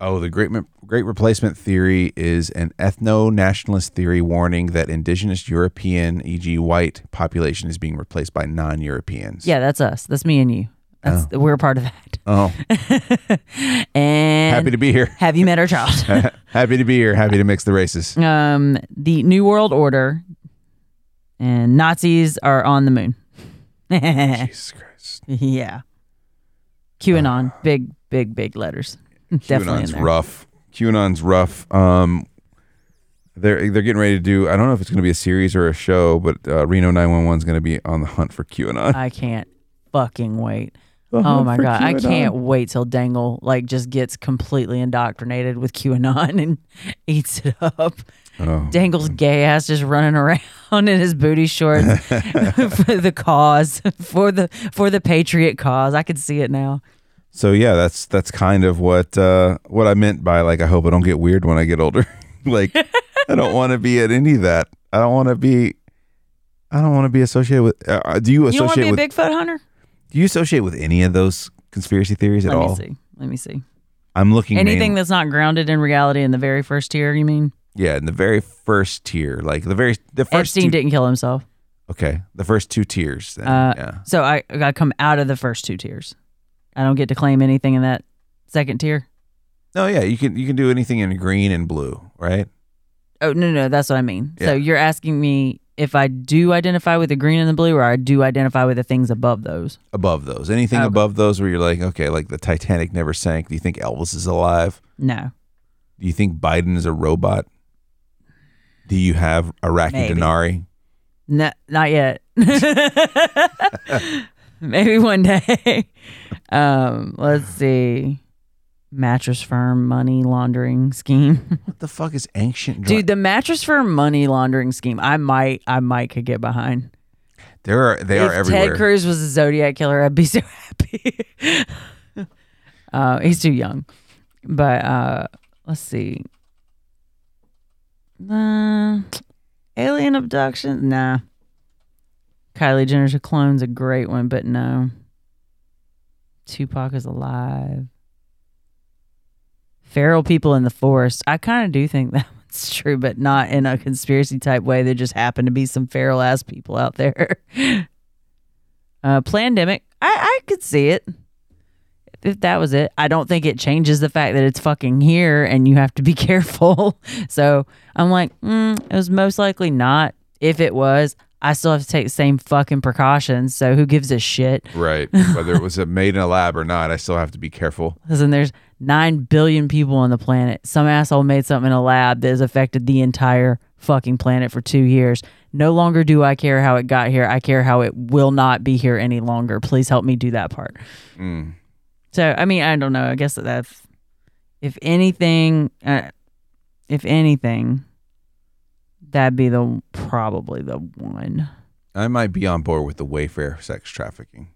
Oh, the Great Great Replacement theory is an ethno-nationalist theory warning that indigenous European, e.g., white population, is being replaced by non-Europeans.
Yeah, that's us. That's me and you. That's, We're a part of
Oh,
that. and
happy to be here.
have you met our child?
happy to be here. Happy to mix the races.
um, the New World Order and Nazis are on the moon.
Jesus Christ.
Yeah. QAnon, big, big, big letters. Definitely
Uh.
in
QAnon's
there.
rough. QAnon's rough. Um, they're they're getting ready to do. I don't know if it's going to be a series or a show, but uh, Reno 911 is going to be on the hunt for QAnon.
I can't fucking wait.
The
Oh
hunt
my
for
god, I
QAnon.
can't wait till Dangle like just gets completely indoctrinated with QAnon and eats it up.
Oh.
Dangle's gay ass just running around in his booty shorts for the cause, for the for the patriot cause. I can see it now.
So yeah, that's that's kind of what uh, what I meant by like I hope I don't get weird when I get older. like I don't want to be at any of that. I don't want to be. I don't want to be associated with. Uh, uh, do you
you don't want to
associate
be
with?
a Bigfoot hunter?
do you associate with any of those conspiracy theories at
Let
all?
me see. Let me see.
I'm looking main-
Anything that's not grounded in reality in the very first tier, you mean?
yeah, in the very first tier, like the very the first
Epstein
two,
didn't kill himself.
okay, the first two tiers. Then,
Uh,
yeah,
So I, I got to come out of the first two tiers. I don't get to claim anything in that second tier.
no, yeah, you can you can do anything in green and blue, right?
Oh no, no, that's what I mean. So
Yeah.
you're asking me if I do identify with the green and the blue, or I do identify with the things above those.
Above those, anything
Okay.
above those where you're like, okay, like the Titanic never sank. Do you think Elvis is alive?
No,
Do you think Biden is a robot? Do you have Iraqi
Maybe.
denari?
No, not yet. Maybe one day. Um, let's see. Mattress firm money laundering scheme.
What the fuck is ancient? Dra-
Dude, the mattress firm money laundering scheme. I might, I might could get behind.
there are they
if
are everywhere.
Ted Cruz was a Zodiac killer, I'd be so happy. uh, he's too young, but uh, let's see. Uh, alien abduction? Nah. Kylie Jenner's a clone's a great one, but no. Tupac is alive. Feral people in the forest. I kind of do think that one's true, but not in a conspiracy type way. There just happen to be some feral ass people out there. Uh, pandemic. I I could see it. If that was it, I don't think it changes the fact that it's fucking here and you have to be careful. so I'm like, mm, it was most likely not. If it was, I still have to take the same fucking precautions. So who gives a shit?
right. Whether it was a made in a lab or not, I still have to be careful.
Because then there's nine billion people on the planet. Some asshole made something in a lab that has affected the entire fucking planet for two years. No longer do I care how it got here. I care how it will not be here any longer. Please help me do that part.
Mm.
So I mean, I don't know. I guess that that's if anything, uh, if anything, that'd be the probably the one.
I might be on board with the Wayfair sex trafficking.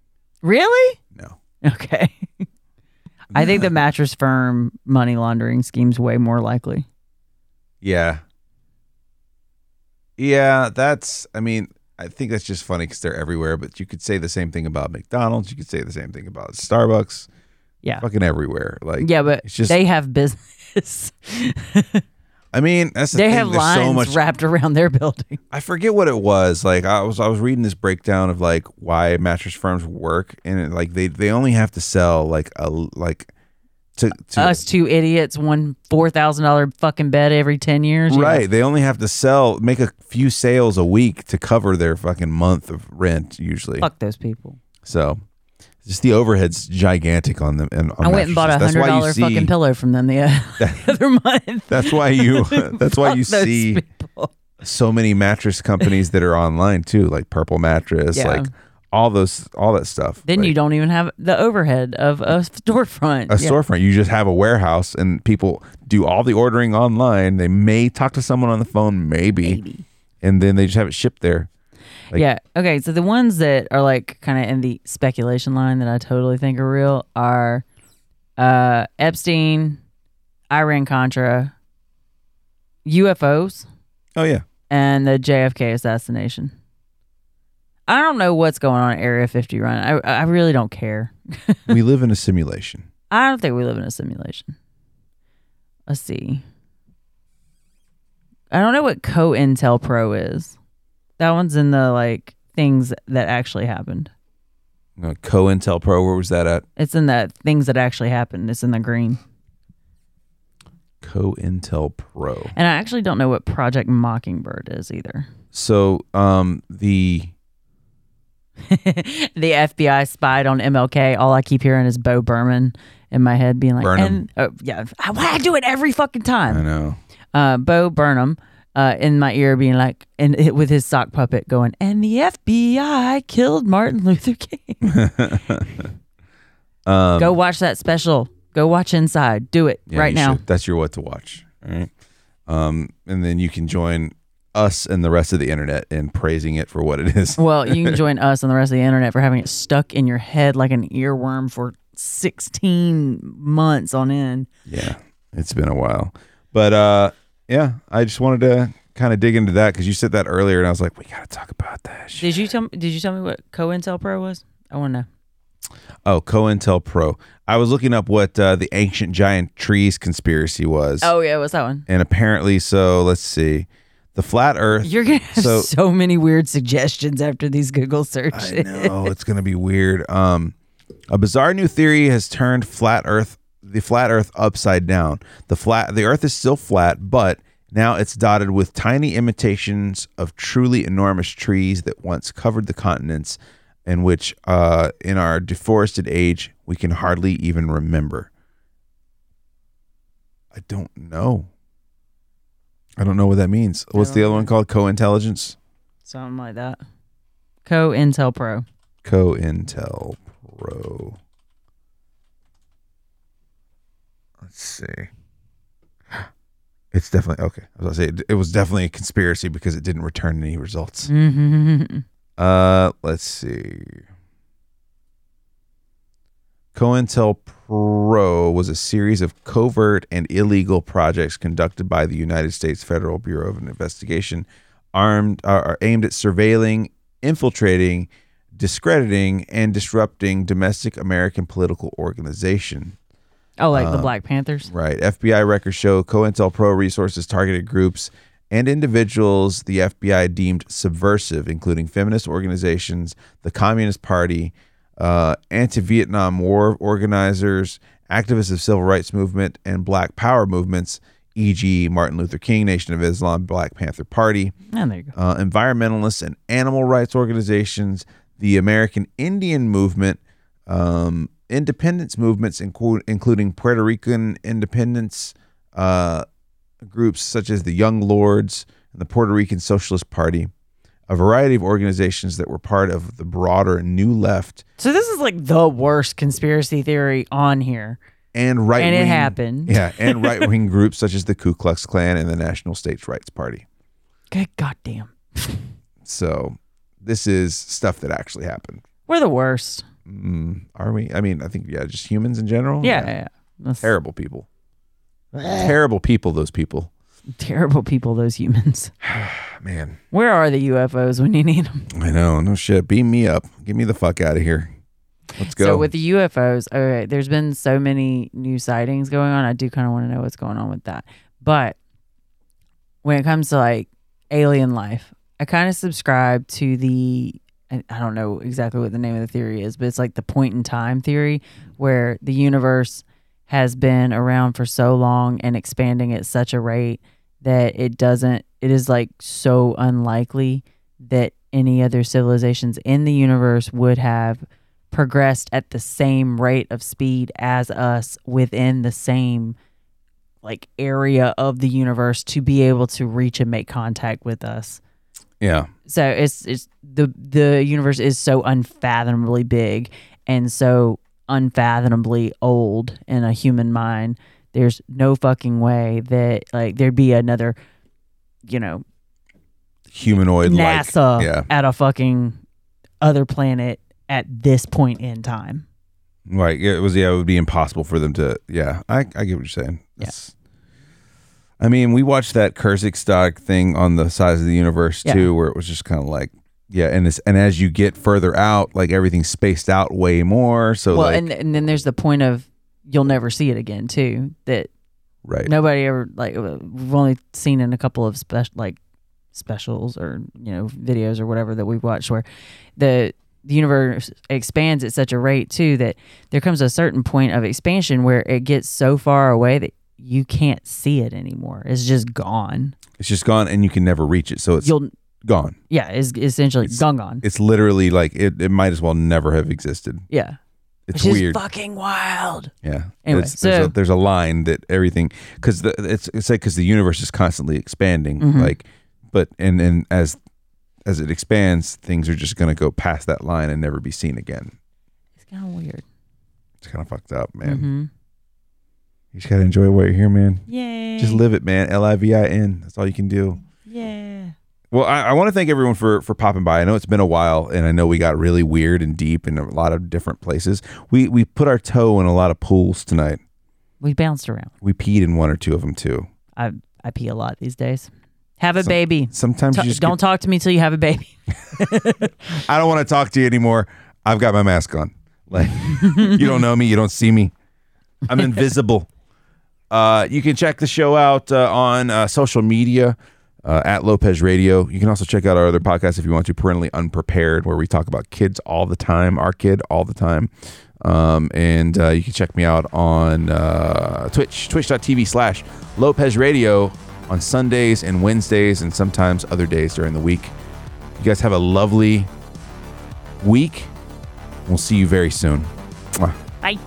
Really?
No.
Okay. I think the mattress firm money laundering scheme's way more likely.
Yeah. Yeah, that's, I mean, I think that's just funny because they're everywhere, but you could say the same thing about McDonald's. You could say the same thing about Starbucks.
Yeah.
Fucking everywhere. Like,
Yeah, but
it's just,
they have business.
I mean, that's the
they
thing.
have
There's
lines
so much.
wrapped around their building.
I forget what it was. Like, I was, I was reading this breakdown of like why mattress firms work and it, like they, they only have to sell like a, like, to, to
Us two idiots won four thousand dollar fucking bed every ten years. Yeah.
Right. They only have to sell, make a few sales a week to cover their fucking month of rent usually.
Fuck those people.
So just the overhead's gigantic on them. And on
I went and bought a
mattresses.
hundred
That's why you
dollar
see-
fucking pillow from them the other, the other month.
That's why you. That's why
Fuck
you
those
see
people.
so many mattress companies that are online too, like Purple Mattress,
Yeah.
like all those, all that stuff.
Then
Like,
you don't even have the overhead of a storefront.
a
Yeah.
storefront. You just have a warehouse, and people do all the ordering online. They may talk to someone on the phone, maybe, and then they just have it shipped there. like-
yeah. Okay. So the ones that are like kind of in the speculation line that I totally think are real are uh, Epstein, Iran Contra, UFOs,
Oh yeah,
and the JFK assassination. I don't know what's going on at Area 50 Run. I, I really don't care.
we live in a simulation.
I don't think we live in a simulation. Let's see. I don't know what Co Intel Pro is. That one's in the like things that actually happened.
Uh, COINTELPRO, where was that at?
It's in the things that actually happened. It's in the green.
COINTELPRO.
And I actually don't know what Project Mockingbird is either.
So um, the
the FBI spied on MLK. All I keep hearing is Bo Berman in my head being like,
Burnham.
And, oh, yeah, I, why I do it every fucking time.
I know.
uh, Bo Burnham uh, in my ear, being like, and it, with his sock puppet going, and the FBI killed Martin Luther King.
Um,
Go watch that special. Go watch Inside. Do it
yeah,
right
you
now.
should. That's your what to watch. All right. Um, and then you can join us and the rest of the internet in praising it for what it is.
Well, you can join us and the rest of the internet for having it stuck in your head like an earworm for 16 months on end.
yeah, it's been a while, but uh, yeah, I just wanted to kind of dig into that because you said that earlier, and I was like, we gotta talk about that. Shit.
Did you tell me, did you tell me what COINTELPRO was? I want to know.
Oh, COINTELPRO. I was looking up what uh, the ancient giant trees conspiracy was.
Oh, yeah, what's that one?
and apparently so let's see the flat earth
You're going to have so,
So-
many weird suggestions after these Google searches.
i know it's gonna be weird um a bizarre new theory has turned flat earth the flat earth upside down the flat the earth is still flat but now it's dotted with tiny imitations of truly enormous trees that once covered the continents and which uh in our deforested age we can hardly even remember i don't know I don't know what that means. What's the other one called? Co-intelligence.
Something like that. Co Intel Pro.
Co-intel pro. Let's see. It's definitely okay. I was gonna say it, it was definitely a conspiracy because it didn't return any results.
Mm-hmm.
Uh, let's see. COINTELPRO was a series of covert and illegal projects conducted by the United States Federal Bureau of Investigation, armed uh, are aimed at surveilling, infiltrating, discrediting, and disrupting domestic American political organization.
Oh, like the Black Panthers.
Right. FBI records show COINTELPRO resources targeted groups and individuals the FBI deemed subversive, including feminist organizations, the Communist Party, uh, anti Vietnam War organizers, activists of civil rights movement, and black power movements, e.g., Martin Luther King, Nation of Islam, Black Panther Party
And there you go.
uh, environmentalists and animal rights organizations, the American Indian movement, um, independence movements, inclu- including Puerto Rican independence uh, groups such as the Young Lords and the Puerto Rican Socialist Party, a variety of organizations that were part of the broader New Left
So this is like the worst conspiracy theory on here.
and right
And it happened.
Yeah, and right wing groups such as the Ku Klux Klan and the National States Rights Party.
Good goddamn.
So this is stuff that actually happened.
We're the worst.
Mm, are we? I mean, I think yeah, just humans in general.
Yeah. yeah, yeah. That's
terrible people. terrible people. Those people.
terrible people, those humans.
Man,
Where are the UFOs when you need them?
I know. No shit. Beam me up. Get me the fuck out of here. Let's go.
So with the UFOs, all right, there's been so many new sightings going on. I do kind of want to know what's going on with that. But when it comes to like alien life, I kind of subscribe to the I I don't know exactly what the name of the theory is, but it's like the point in time theory where the universe has been around for so long and expanding at such a rate that it doesn't it is like so unlikely that any other civilizations in the universe would have progressed at the same rate of speed as us within the same like area of the universe to be able to reach and make contact with us.
yeah.
So it's it's the the universe is so unfathomably big and so unfathomably old in a human mind. There's no fucking way that like there'd be another you know
Humanoid.
NASA
Like. Yeah.
at a fucking other planet at this point in time.
Right. Yeah, It was. Yeah. It would be impossible for them to. Yeah. I. I get what you're saying. It's- I mean, we watched that Kurzgesagt thing on the size of the universe
Yeah.
too, where it was just kind of like. Yeah, and it's, and as you get further out, like everything's spaced out way more. So
well
like,
and, and then there's the point of you'll never see it again too that
right,
nobody ever like uh, we've only seen in a couple of special like specials or you know videos or whatever that we've watched where the the universe expands at such a rate too that there comes a certain point of expansion where it gets so far away that you can't see it anymore it's just gone
it's just gone, and you can never reach it. So it's
you'll
gone.
yeah it's essentially
It's-
gone gone
It's literally like it, it might as well never have existed.
yeah
It's
which is
weird.
fucking wild
yeah.
Anyway,
It's- there's,
so-
a, there's a line that everything because it's it's like because the universe is constantly expanding.
Mhm.
Like, but and and as as it expands, things are just gonna go past that line and never be seen again.
it's kind of weird
It's kind of fucked up, man.
hmm
You just gotta enjoy what you're here, man.
yay
Just live it, man. L I V I N. That's all you can do.
yeah
Well, I, I want to thank everyone for for popping by. I know it's been a while, and I know we got really weird and deep in a lot of different places. We we put our toe in a lot of pools tonight.
we bounced around
We peed in one or two of them too.
I I pee a lot these days. Have a
Some-
baby.
Sometimes
Ta-
you just
don't talk to me till you have a baby.
get- I don't want to talk to you anymore. I've got my mask on. Like you don't know me, you don't see me. I'm invisible. Uh, you can check the show out uh, on uh, social media uh, at Lopez Radio. You can also check out our other podcast if you want to, Parentally Unprepared, where we talk about kids all the time, our kid all the time. Um, and uh, you can check me out on uh, Twitch, twitch.tv slash Lopez Radio on Sundays and Wednesdays and sometimes other days during the week. You guys have a lovely week. We'll see you very soon. Mwah.
Bye.